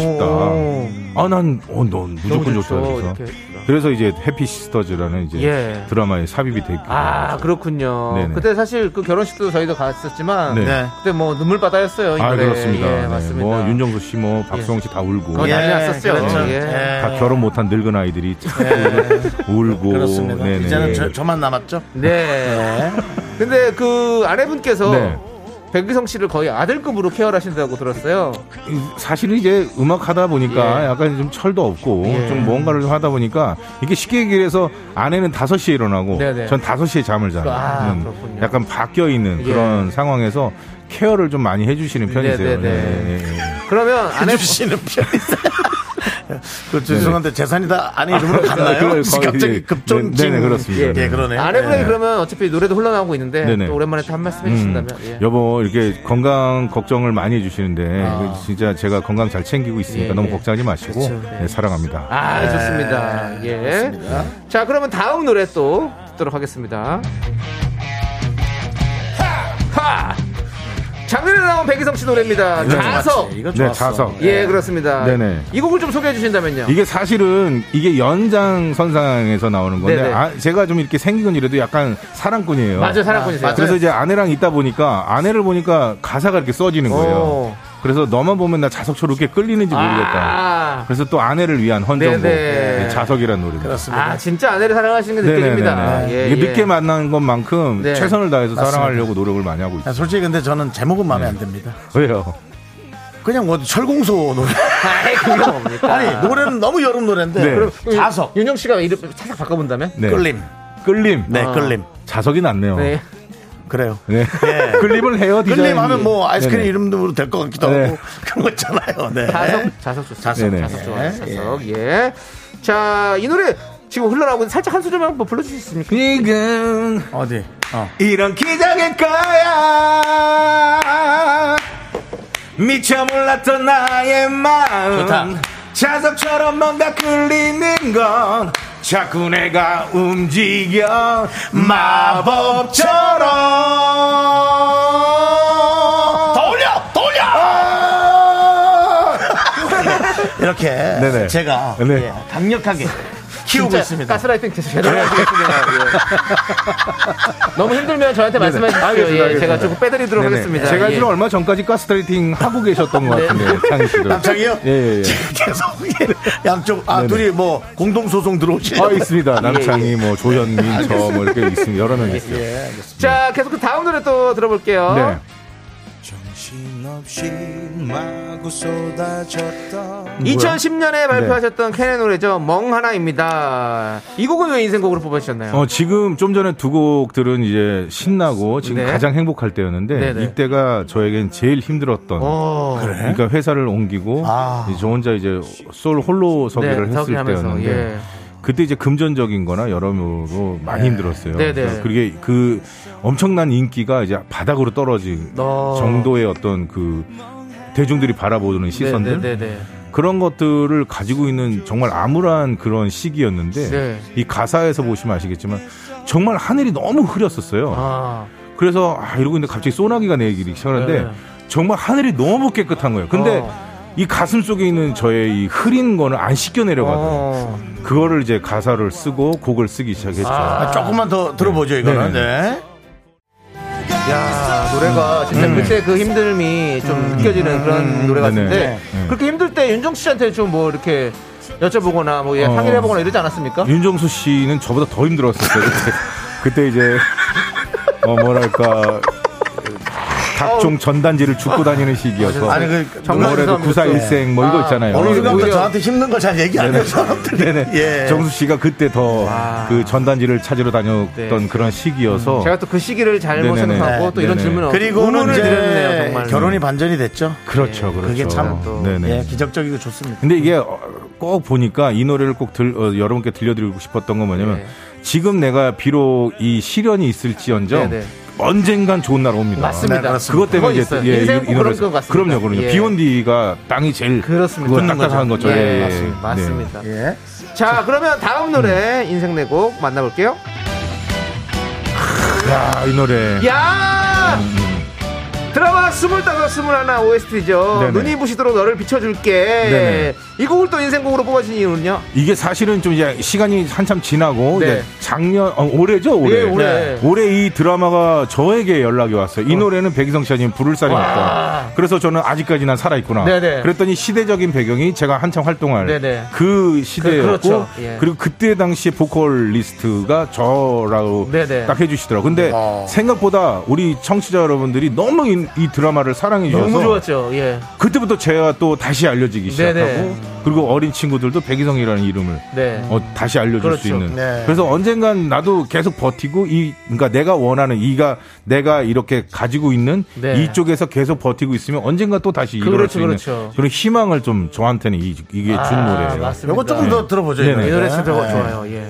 D: 싶다. 아 난 어, 넌 무조건
B: 너무
D: 좋다
B: 좋죠,
D: 그래서
B: 이렇게.
D: 그래서 이제 해피 시스터즈라는 이제
B: 예.
D: 드라마에 삽입이 돼 있고
B: 아 그렇군요.
D: 네네.
B: 그때 사실 그 결혼식도 저희도 갔었지만
D: 네.
A: 네.
B: 그때 뭐 눈물 바다였어요. 이
D: 아
B: 노래.
D: 그렇습니다.
B: 예,
D: 네.
B: 맞습니다. 예.
D: 뭐 윤정수 씨, 뭐 박수홍 씨 다 울고
A: 예.
B: 그건 난리 났었어요.
A: 그렇죠.
B: 예.
D: 다 결혼 못한 늙은 아이들이 자꾸 울고
A: 그렇습니다.
D: 네네.
A: 이제는 저, 저만 남았죠.
B: 네. 근데 그 아내분께서
D: 네.
B: 백기성 씨를 거의 아들급으로 케어를 하신다고 들었어요.
D: 사실은 이제 음악 하다 보니까
B: 예.
D: 약간 좀 철도 없고
B: 예.
D: 좀 뭔가를 좀 하다 보니까 이게 쉽게 얘기해서 아내는 5시에 일어나고
B: 네네.
D: 전 5시에 잠을 자는
B: 아, 그렇군요.
D: 약간 바뀌어 있는
B: 예.
D: 그런 상황에서 케어를 좀 많이 해주시는 편이세요.
B: 네네네.
D: 네, 네, 네.
B: 그러면 아내
A: 해주시는 편이세요. 그 죄송한데 재산이 다 아내 이름으로 갔나요?
D: 그래요, 거의,
A: 갑자기
D: 예.
A: 급정진.
D: 네, 네, 그렇습니다.
A: 예, 그러네요.
B: 아내분에게
A: 예.
B: 그러면 어차피 노래도 흘러나오고 있는데
D: 네네. 음.
B: 또 오랜만에 또 한 말씀 해주신다면 예.
D: 여보 이렇게 건강 걱정을 많이 해주시는데 진짜 제가 건강 잘 챙기고 있으니까
B: 아. 예,
D: 너무
B: 예.
D: 걱정하지 마시고 네, 사랑합니다.
B: 아 좋습니다. 예. 자 그러면 다음 노래 또 듣도록 하겠습니다. 하! 하! 작년에 나온 백이성 씨 노래입니다. 자석.
A: 이거
D: 네,
A: 좋았어.
D: 자석.
B: 예, 그렇습니다.
D: 네네.
B: 이 곡을 좀 소개해 주신다면요.
D: 이게 사실은 이게 연장선상에서 나오는 건데
B: 네네.
D: 아, 제가 좀 이렇게 생기건 이래도 약간 사랑꾼이에요.
B: 맞아요, 사랑꾼이세요.
D: 그래서 이제 아내랑 있다 보니까 아내를 보니까 가사가 이렇게 써지는 거예요.
B: 어.
D: 그래서 너만 보면 나 자석처럼 이렇게 끌리는지 모르겠다.
B: 아,
D: 그래서 또 아내를 위한 헌정곡
B: 네네.
D: 네, 자석이란 노래.
A: 그렇습니다.
B: 아, 진짜 아내를 사랑하시는
D: 네,
B: 게 느껴집니다. 예,
D: 이게
B: 예.
D: 늦게 만난 것만큼
B: 네.
D: 최선을 다해서
A: 맞습니다.
D: 사랑하려고 노력을 많이 하고 있어요.
A: 솔직히 근데 저는 제목은 마음에 안 듭니다.
D: 왜요?
A: 그냥 뭐 철공소 노래.
B: 아이, 그게 뭡니까?
A: 아니 노래는 너무 여름 노래인데
D: 네.
A: 그럼 자석
B: 윤영 씨가 이름 살짝 바꿔본다면?
D: 네.
A: 끌림.
D: 끌림.
A: 네 끌림.
D: 자석이 낫네요.
B: 네.
A: 그래요.
D: 네. 끌림을 해요, 디자인.
A: 끌림 하면 뭐 아이스크림
D: 네네.
A: 이름으로 될 것 같기도
D: 네.
A: 하고 그런 거 있잖아요. 네.
B: 자석, 자석 좋습니다.
A: 자석.
D: 네네.
B: 자석 좋아요. 자석. 예. 자, 이 노래 지금 흘러나오고 있는데 살짝 한 소절만 한번 불러주실 수 있습니까?
D: 지금
A: 어디? 어.
D: 이런 기적일 거야 미쳐 몰랐던 나의 마음
A: 좋다.
D: 자석처럼 뭔가 끌리는 건 자꾸 내가 움직여 마법처럼
A: 더 올려, 더 올려. 이렇게
D: 네네.
A: 제가
D: 네.
A: 예, 강력하게 키우고
B: 진짜
A: 있습니다.
B: 네. 가스라이팅 계속 해달라겠습니다 예. 너무 힘들면 저한테 말씀해 주십시오. 예, 제가 조금 빼드리도록
D: 네네.
B: 하겠습니다.
D: 제가
B: 예. 네.
D: 알기로 얼마 전까지 가스트레이팅 하고 계셨던 것 같은데 창희 씨도
A: 남창이요?
D: 예, 예, 예.
A: 계속 양쪽 아
D: 네네.
A: 둘이 뭐 공동 소송 들어오시죠?
D: 아
B: 예,
D: 있습니다 남창이 뭐 조현민 저 뭐 이렇게 있습니다 여러 명
B: 예,
D: 있어요
B: 자, 계속 그 다음 노래 또 들어볼게요.
D: 네.
C: 정신없이 마구 쏟아졌던
B: 2010년에 발표하셨던 캔의 노래죠. 멍 하나입니다. 이 곡은 왜 인생곡으로 뽑아주셨나요?
D: 어, 지금 좀 전에 두 곡들은 이제 신나고 지금
B: 네.
D: 가장 행복할 때였는데
B: 네네.
D: 이때가 저에겐 제일 힘들었던
B: 어.
D: 그러니까 회사를 옮기고
A: 아.
D: 이제 저 혼자 이제 솔 홀로 서기를
B: 네,
D: 했을
B: 서기하면서,
D: 때였는데
B: 예.
D: 그때 이제 금전적인 거나 여러모로 많이 힘들었어요.
B: 네네.
D: 그래서 그게 그 엄청난 인기가 이제 바닥으로 떨어질
B: 어.
D: 정도의 어떤 그 대중들이 바라보는 시선들
B: 네, 네, 네.
D: 그런 것들을 가지고 있는 정말 암울한 그런 시기였는데
B: 네.
D: 이 가사에서 보시면 아시겠지만 정말 하늘이 너무 흐렸었어요.
B: 아,
D: 그래서 아 이러고 있는데 갑자기 소나기가 내리기 시작하는데
B: 네.
D: 정말 하늘이 너무 깨끗한 거예요. 근데 이 가슴 속에 있는 저의 이 흐린 거는 안 씻겨 내려가고
B: 어.
D: 그거를 이제 가사를 쓰고 곡을 쓰기 시작했죠.
A: 아, 조금만 더 들어보죠 이거는. 네.
B: 야, 노래가 진짜 그때 그 힘듦이 좀 느껴지는 그런 노래
D: 음. 네네.
B: 같은데
D: 네.
B: 그렇게 힘들 때 윤정 씨한테 좀 뭐 이렇게 여쭤보거나 뭐 예,
D: 어.
B: 상의를 해보거나 이러지 않았습니까?
D: 윤정수 씨는 저보다 더 힘들었었어요. 그때, 그때 이제 어 뭐랄까 각종 전단지를 줍고 다니는 시기여서
A: 아니, 그
B: 정말
D: 뭐래도
B: 죄송합니다.
D: 구사일생 뭐 이거
B: 아,
D: 있잖아요.
A: 어느 순간부터
B: 오히려-
A: 저한테 힘든 걸 잘 얘기 안 해요 사람들이.
D: 네네.
A: 예.
D: 정수 씨가 그때 더
B: 와.
D: 그 전단지를 찾으러 다녔던
B: 아. 네.
D: 그런 시기여서
B: 제가 또 그 시기를 잘못
D: 네네네.
B: 생각하고 또 이런
D: 네네.
B: 질문을
A: 그리고는
B: 의문을
A: 이제
B: 드렸네요, 정말.
A: 결혼이 반전이 됐죠.
B: 예,
D: 그렇죠, 그렇죠.
A: 그게 참 또,
D: 네네.
A: 예, 기적적이고 좋습니다.
D: 근데 이게 어, 꼭 보니까 이 노래를 꼭 들, 어, 여러분께 들려드리고 싶었던 건 뭐냐면
B: 네.
D: 지금 내가 비록 이 시련이 있을지언정
B: 네네.
D: 언젠간 좋은 날 옵니다.
B: 음. 맞습니다.
A: 네, 그렇습니다.
D: 그것 때문에 이제
B: 있어요.
D: 예,
B: 인생은
D: 이- 이
B: 그런
D: 노래에서-
B: 것 같습니다.
D: 그럼요, 그럼요.
B: 예.
D: 비온 뒤가 땅이 제일
B: 그렇습니다.
D: 그거
B: 굳는
D: 딱딱한 거죠.
B: 예,
D: 예.
B: 맞습니다. 맞습니다.
A: 예.
B: 자, 그러면 다음 노래 인생 내곡 만나볼게요.
D: 네. 야, 이
B: 예,
D: 노래.
B: 야! 드라마 25, 21 OST죠.
D: 네네.
B: 눈이 부시도록 너를 비춰줄게.
D: 네네.
B: 이 곡을 또 인생곡으로 뽑아준 이유는요?
D: 이게 사실은 좀 이제 시간이 한참 지나고
B: 네.
D: 이제 작년 어, 올해죠 올해 네.
B: 예, 올해.
D: 올해 이 드라마가 저에게 연락이 왔어요. 이 노래는 백이성 씨 아니면 부를 사람이 없다. 그래서 저는 아직까지 난 살아 있구나.
B: 네네.
D: 그랬더니 시대적인 배경이 제가 한창 활동할
B: 네네.
D: 그 시대였고 그,
B: 그렇죠. 예.
D: 리고 그때 당시 보컬리스트가 저라고
B: 네네. 아.
D: 딱 해주시더라고. 근데 생각보다 우리 청취자 여러분들이 너무 이, 이 드라마를 사랑해 주셔서
B: 너무 좋았죠. 예.
D: 그때부터 제가 또 다시 알려지기 시작하고
B: 네네.
D: 그리고 어린 친구들도 백이성이라는 이름을
B: 네.
D: 어, 다시 알려줄
B: 그렇죠.
D: 수 있는.
A: 네.
D: 그래서 언젠간 나도 계속 버티고 이 그러니까 내가 원하는 이가 내가 이렇게 가지고 있는
B: 네.
D: 이쪽에서 계속 버티고 있으면 언젠가 또 다시 일어날
B: 그렇죠,
D: 수 있는
B: 그렇죠.
D: 그런 희망을 좀 저한테는 이, 게준
B: 아,
D: 어, 노래예요.
B: 맞습니다.
A: 요거 조금 더 들어보죠.
D: 네네.
B: 이 노래 진짜
A: 네.
B: 좋아요. 예.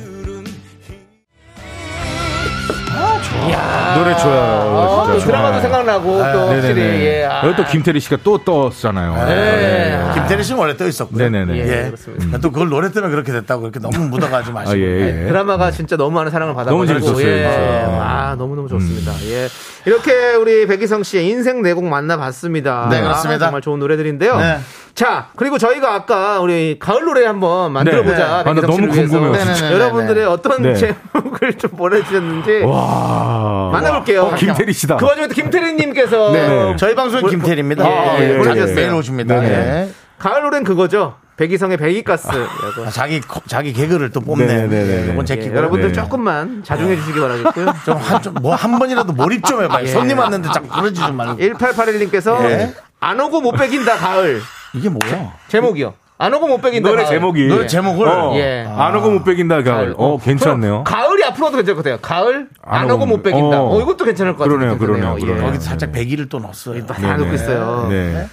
D: 노래 좋아요.
B: 아,
D: 진짜.
B: 어, 또 드라마도
D: 네.
B: 생각나고 또 확실히 예. 아.
D: 여기 또 김태리 씨가 또 떴잖아요. 네.
B: 예. 아.
A: 김태리 씨는 원래 떠 있었고요.
D: 네네네.
B: 예.
A: 예.
B: 그렇습니다.
A: 또 그걸 노래 때문에 그렇게 됐다고 그렇게 너무 묻어가지 마시고.
D: 아, 예, 예.
B: 네, 드라마가 진짜 너무 많은 사랑을 받아가지고
D: 너무 재밌었어요,
B: 예.
D: 진짜. 음.
B: 아 너무 너무 좋습니다. 예 이렇게 우리 백이성 씨의 인생 네 내곡 만나봤습니다.
A: 네,
B: 아,
A: 그렇습니다.
B: 정말 좋은 노래들인데요.
A: 네.
B: 자 그리고 저희가 아까 우리 가을 노래 한번 만들어보자.
D: 네. 아, 나
B: 백이성 씨를
D: 너무
B: 위해서.
D: 궁금해요,
A: 진짜. 네네네네.
B: 여러분들의 어떤
D: 네.
B: 제목을 좀 보내주셨는지
D: 와.
B: 만나볼게요.
D: 어, 김태리 씨다.
B: 그 와중에 또 김태리님께서
D: 네.
A: 저희 방송은 김태리입니다.
B: 아,
A: 예,
B: 예,
A: 자주
B: 예.
A: 매일 오십니다.
D: 네네.
A: 예.
B: 가을 노래는 그거죠. 백이성의 백이가스라고.
A: 아, 자기 코- 자기 개그를 또 뽑네.
D: 네네네네.
A: 이건 제
B: 예,
A: 끼고.
B: 여러분들
D: 네.
B: 조금만 자중해 주시기 바라겠고요.
A: 좀한좀뭐한 번이라도 몰입 좀 해봐요. 손님 왔는데 자꾸 그러지 좀 말고.
B: 1881님께서
A: 예.
B: 안 오고 못 베긴다 가을
A: 이게 뭐야?
B: 제목이요. 안 오고 못 베긴다.
D: 노래
B: 가을.
D: 제목이.
A: 노래 제목을
D: 어,
B: 예.
D: 안 오고 못 베긴다, 가을. 어, 괜찮네요.
B: 가을이 앞으로도 괜찮을 것 같아요. 가을 안,
D: 안
B: 오고 못 베긴다.
D: 어.
B: 어, 이것도 괜찮을 것 같아요. 예.
D: 그러네요, 그러네요, 그러네요.
A: 거기 살짝 배기를 또 넣었어요.
B: 다 놓고 있어요.
D: 네.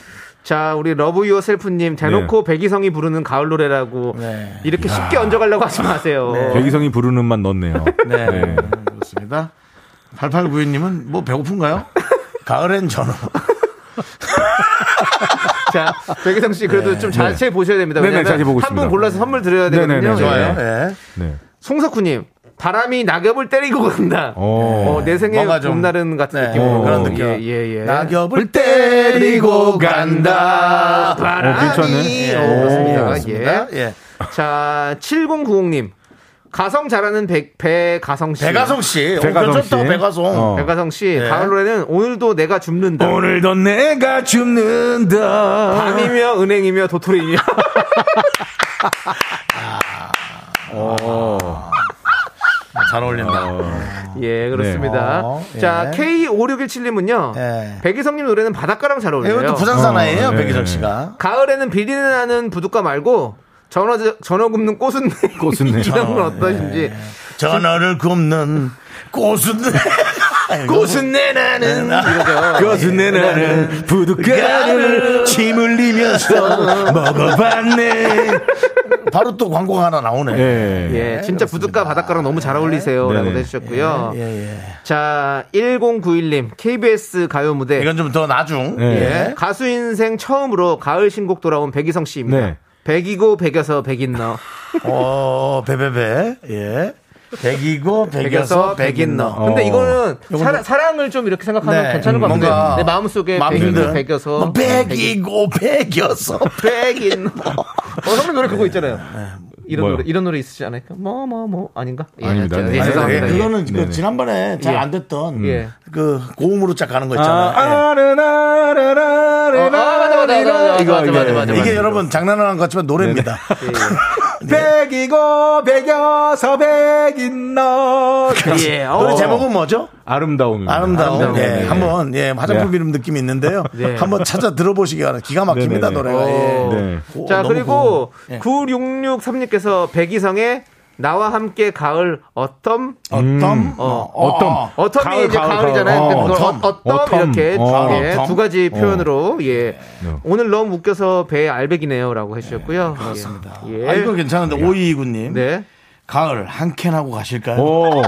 B: 자, 우리 러브 유어 셀프님 대놓고 백이성이 부르는 가을 노래라고
A: 네.
B: 이렇게 쉽게 얹어가려고 하지 마세요.
D: 백이성이 부르는 맛 넣었네요.
A: 네.
D: 네.
A: 그렇습니다. 8892님은 뭐 배고픈가요? 가을엔 전어.
B: 자, 백이성 씨 그래도 좀 자세히 보셔야 됩니다.
D: 네. 네네,
B: 왜냐면
D: 자세히 보고
B: 한분
D: 있습니다.
B: 골라서 선물 드려야
D: 네네네,
B: 되거든요.
D: 좋아요.
B: 예.
A: 네.
D: 네.
B: 송석훈님 바람이 낙엽을 때리고 간다.
D: 어.
B: 어, 내
A: 네.
B: 생애
A: 뭔가 좀-
B: 봄날은 같은
A: 네,
B: 느낌으로
A: 그런 느낌.
B: 예, 예, 예.
A: 낙엽을 때리고 간다.
D: 어, 괜찮네.
A: 예,
B: 오,
A: 그렇습니다.
B: 그렇습니다.
A: 그렇습니다.
B: 예.
A: 예.
B: 자, 7090님. 가성 잘하는 백, 배가성 씨.
A: 배가성 씨.
D: 배가성
A: 배가성
D: 씨.
A: 씨. 배가성.
D: 어.
B: 배가성 씨.
A: 네.
B: 가을 노래는 오늘도 내가 줍는다.
D: 오늘도 내가 죽는다.
B: 밤이며 은행이며 도토리이며.
A: 잘 어울린다.
B: 예, 그렇습니다.
A: 어, 예.
B: 자, K5617님은요.
A: 예.
B: 백이성님 노래는 바닷가랑 잘 어울려요.
A: 이것도 부산 사나이예요
D: 어, 네.
A: 백이정 씨가.
B: 가을에는 비리는 나는 부둣가 말고 전어 전어 굽는 꽃은
D: 꽃은
B: 이런 건 어떠신지
A: 예. 전어를 굽는 꽃은
B: 꽃은 내 나는
A: 네.
D: 그것은 내 나는 부둣가를
A: 침 흘리면서 먹어봤네. 바로 또 광고가 하나 나오네.
D: 예.
B: 예, 진짜 부둣가 바닷가랑 너무 잘 어울리세요라고
D: 네네.
B: 해주셨고요.
A: 예, 예.
B: 자, 1091님 KBS 가요 무대
A: 이건 좀 더 나중.
D: 예.
A: 예.
B: 가수 인생 처음으로 가을 신곡 돌아온 백이성 씨입니다.
D: 네.
B: 백이고 백여서 백인너
A: 어, 베베베. 예. 백이고, 백여서, 백인너.
B: 근데
D: 어.
B: 이거는
A: 요거는-
B: 사랑, 사랑을 좀 이렇게 생각하면
A: 네,
B: 괜찮은 것
A: 뭔가
B: 같아요. 내 마음속에
A: 마음
B: 네, 백이고 네, 아,
A: 힘든.
B: 백여서 뭐
A: 뭐 백이고, 백여서.
B: 백인. 어, 형님 노래 그거 있잖아요. 이런
D: 뭐요?
B: 노래 이런 노래 있으지 않을까? 뭐 뭐 뭐 아닌가? 예,
D: 아닙니다.
B: 하여튼,
D: 네.
B: 예,
D: 아니,
B: 죄송합니다.
D: 예.
A: 그거는 그
D: 네네.
A: 지난번에 잘 안 됐던
B: 예.
A: 그 고음으로 쫙 가는 거 있잖아요. 예.
D: 아, 아르나르나르나.
B: 어, 아, 맞아, 맞아, 맞아, 맞아,
D: 이거,
B: 맞아,
D: 이거.
B: 맞아, 맞아, 맞아.
A: 이게 여러분 장난하는 것 같지만 노래입니다.
D: 백이고 백여서 백인 너.
B: 예. 예. 어,
A: 노래 제목은 뭐죠?
D: 음. 아름다움.
A: 아름다움.
B: 아름다움.
A: 예,
B: 네.
A: 한번 예, 화장품
D: 네.
A: 이름 느낌이 있는데요.
B: 네.
A: 한번 찾아 들어보시기 바랍니다. 기가 막힙니다
D: 네네네.
A: 노래가. 예.
B: 어.
D: 네.
A: 오,
B: 자
A: 너무
B: 그리고
A: 고음. 예.
B: 9663님께서 백이성의 나와 함께 가을 어떤
A: 어떤
B: 어,
D: 어떤.
B: 어텀이
D: 가을,
B: 이제
D: 가을,
B: 가을, 이잖아요
D: 가을.
B: 근데 그걸
A: 어텀.
B: 어, 떤
D: 어텀.
B: 이렇게
D: 어,
B: 두, 개,
A: 어텀.
B: 두 가지 표현으로 예 오늘 너무 웃겨서 배에 알백이네요 라고 해주셨고요 그렇습니다 예.
A: 아, 이거 괜찮은데 오이이구님
B: 네
A: 가을 한 캔 하고 가실까요?
D: 오.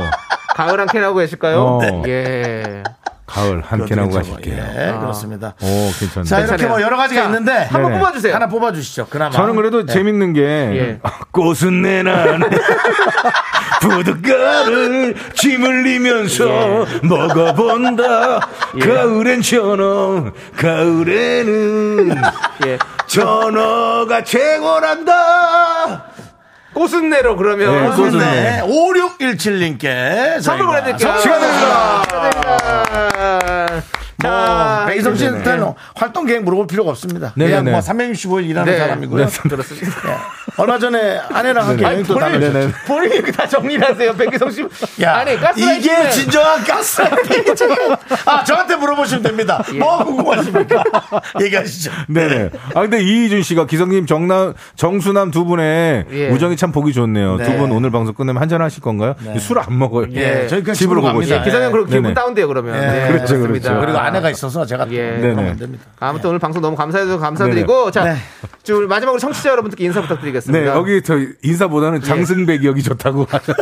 B: 가을 한 캔하고 계실까요?
D: 어.
B: 예
D: 가을
A: 그것도
D: 함께 나고
A: 괜찮고.
D: 가실게요.
A: 예, 그렇습니다.
D: 오,
A: 자
D: 괜찮네.
A: 이렇게 뭐 여러 가지가 있는데
B: 한번
D: 네네.
B: 뽑아주세요
A: 하나 뽑아주시죠. 그나마 네.
D: 저는 그래도 재밌는 게
B: 예.
D: 꽃은 내 나는 부둣가를 짐 흘리면서
A: 예.
D: 먹어본다 가을엔 전어 가을에는
B: 예.
D: 전어가 최고란다
B: 꽃은 내로 그러면
D: 예, 꽃은
A: 네. 5617님께
B: 선물 보내드릴게요.
A: 자,
B: 축하드립니다. 자,
A: 뭐, 네, 백이성 씨한테는 활동 계획 물어볼 필요가 없습니다.
D: 네네네.
A: 그냥 뭐 365일 일하는
B: 네.
A: 사람이고요.
B: 그렇습니다.
A: 예. 얼마 전에 아내랑 함께
D: 네네.
A: 여행 또
D: 아니, 본인-
A: 다녀오셨죠.
B: 본인이 이렇게 다 정리를 하세요, 백희성 씨.
A: 야,
B: 아니, 가스라이팅.
A: 이게 진정한 가스라이팅. 아, 저한테 물어보시면 됩니다. 뭐 궁금하십니까? 얘기하시죠.
D: 네네. 아 근데 이희준 씨가 기성님 정남 정수남 두 분의
B: 예.
D: 우정이 참 보기 좋네요. 네.
A: 네.
D: 두 분 오늘 방송 끝내면 한잔 하실 건가요? 술 안 먹어요.
A: 예, 저희
D: 집으로
A: 그냥 집으로
D: 가고
A: 갑니다.
D: 싶어요.
B: 기성형 그럼 기분
D: 네네.
B: 다운돼요, 그러면.
A: 예,
D: 그렇죠,
B: 그렇습니다.
D: 그렇죠.
A: 그리고 아내가 있어서 제가 또
B: 예.
A: 그러면
D: 네네.
A: 안 됩니다.
B: 아무튼 오늘 방송 너무 감사해서 감사드리고 자
A: 네.
B: 지금 마지막으로 청취자 여러분들께 인사 부탁드리겠습니다.
D: 네, 여기 저 인사보다는 장승백 여기 좋다고 네. 하죠.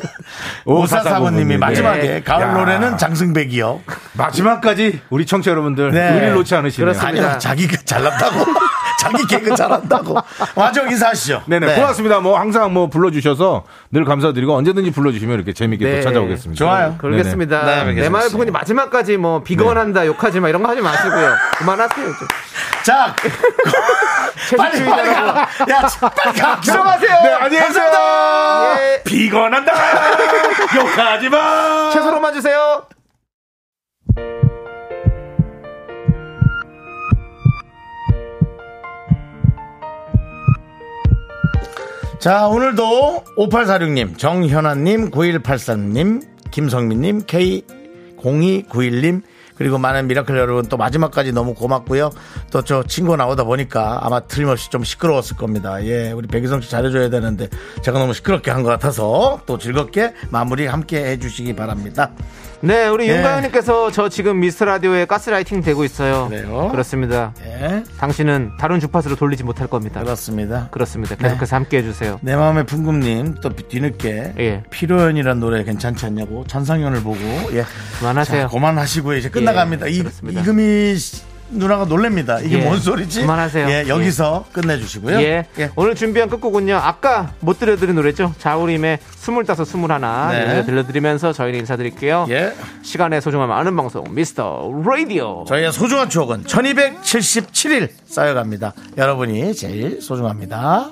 A: 오사사모님이 마지막에
B: 예.
A: 가을
D: 야.
A: 노래는 장승백이요.
D: 마지막까지 우리 청취자 여러분들
A: 네.
D: 의리를 놓지 않으시네요.
B: 그렇습니다.
A: 아니요, 자기가 잘났다고. 자기 개그 잘한다고. 마저 인사하시죠.
D: 네네
A: 네.
D: 고맙습니다. 뭐 항상 뭐 불러주셔서 늘 감사드리고 언제든지 불러주시면 이렇게 재밌게
B: 네.
D: 또 찾아오겠습니다.
A: 좋아요.
B: 그러겠습니다.
A: 네네. 네, 알겠습니다.
B: 내 말 부분이 마지막까지 뭐 비건한다, 욕하지 마 이런 거 하지 마시고요. 그만하세요. 좀.
A: 자, 빨리
B: 채식주의자라고.
A: 빨리 가. 야, 빨리 가.
B: 들어가세요.
D: 네, 안녕히 계세요.
B: 예.
D: 비건한다. 욕하지 마.
B: 최소로만 주세요.
A: 자, 오늘도 5846님, 정현아님, 9183님, 김성민님, K0291님, 그리고 많은 미라클 여러분 또 마지막까지 너무 고맙고요. 또 저 친구 나오다 보니까 아마 틀림없이 좀 시끄러웠을 겁니다. 예, 우리 백희성 씨 잘해줘야 되는데 제가 너무 시끄럽게 한 것 같아서 또 즐겁게 마무리 함께 해주시기 바랍니다.
B: 네, 우리
A: 예.
B: 윤가영님께서 저 지금 미스 라디오에 가스라이팅 되고 있어요.
A: 그래요?
B: 렇습니다
A: 예,
B: 당신은 다른 주파수로 돌리지 못할 겁니다. 네.
A: 그렇습니다.
B: 그렇습니다. 계속해서 함께 해주세요.
A: 내 마음의 풍금님 또 뒤늦게
B: 예.
A: 피로연이란 노래 괜찮지 않냐고 찬상현을 보고 예.
B: 그만하세요. 예,
A: 자, 그만하시고요. 이제 끝나갑니다. 이,
B: 그렇습니다.
A: 이금희 씨- 누나가 놀랍니다. 이게
B: 예.
A: 뭔 소리지?
B: 그만하세요.
A: 예, 여기서 끝내주시고요.
B: 예.
A: 예.
B: 오늘 준비한 끝곡은요. 아까 못 들려드린 노래죠. 자우림의 25, 21.
A: 네.
B: 이 노래 들려드리면서 저희는 인사드릴게요.
A: 예.
B: 시간의 소중함 아는 방송, 미스터 라디오.
A: 저희의 소중한 추억은 1277일 쌓여갑니다. 여러분이 제일 소중합니다.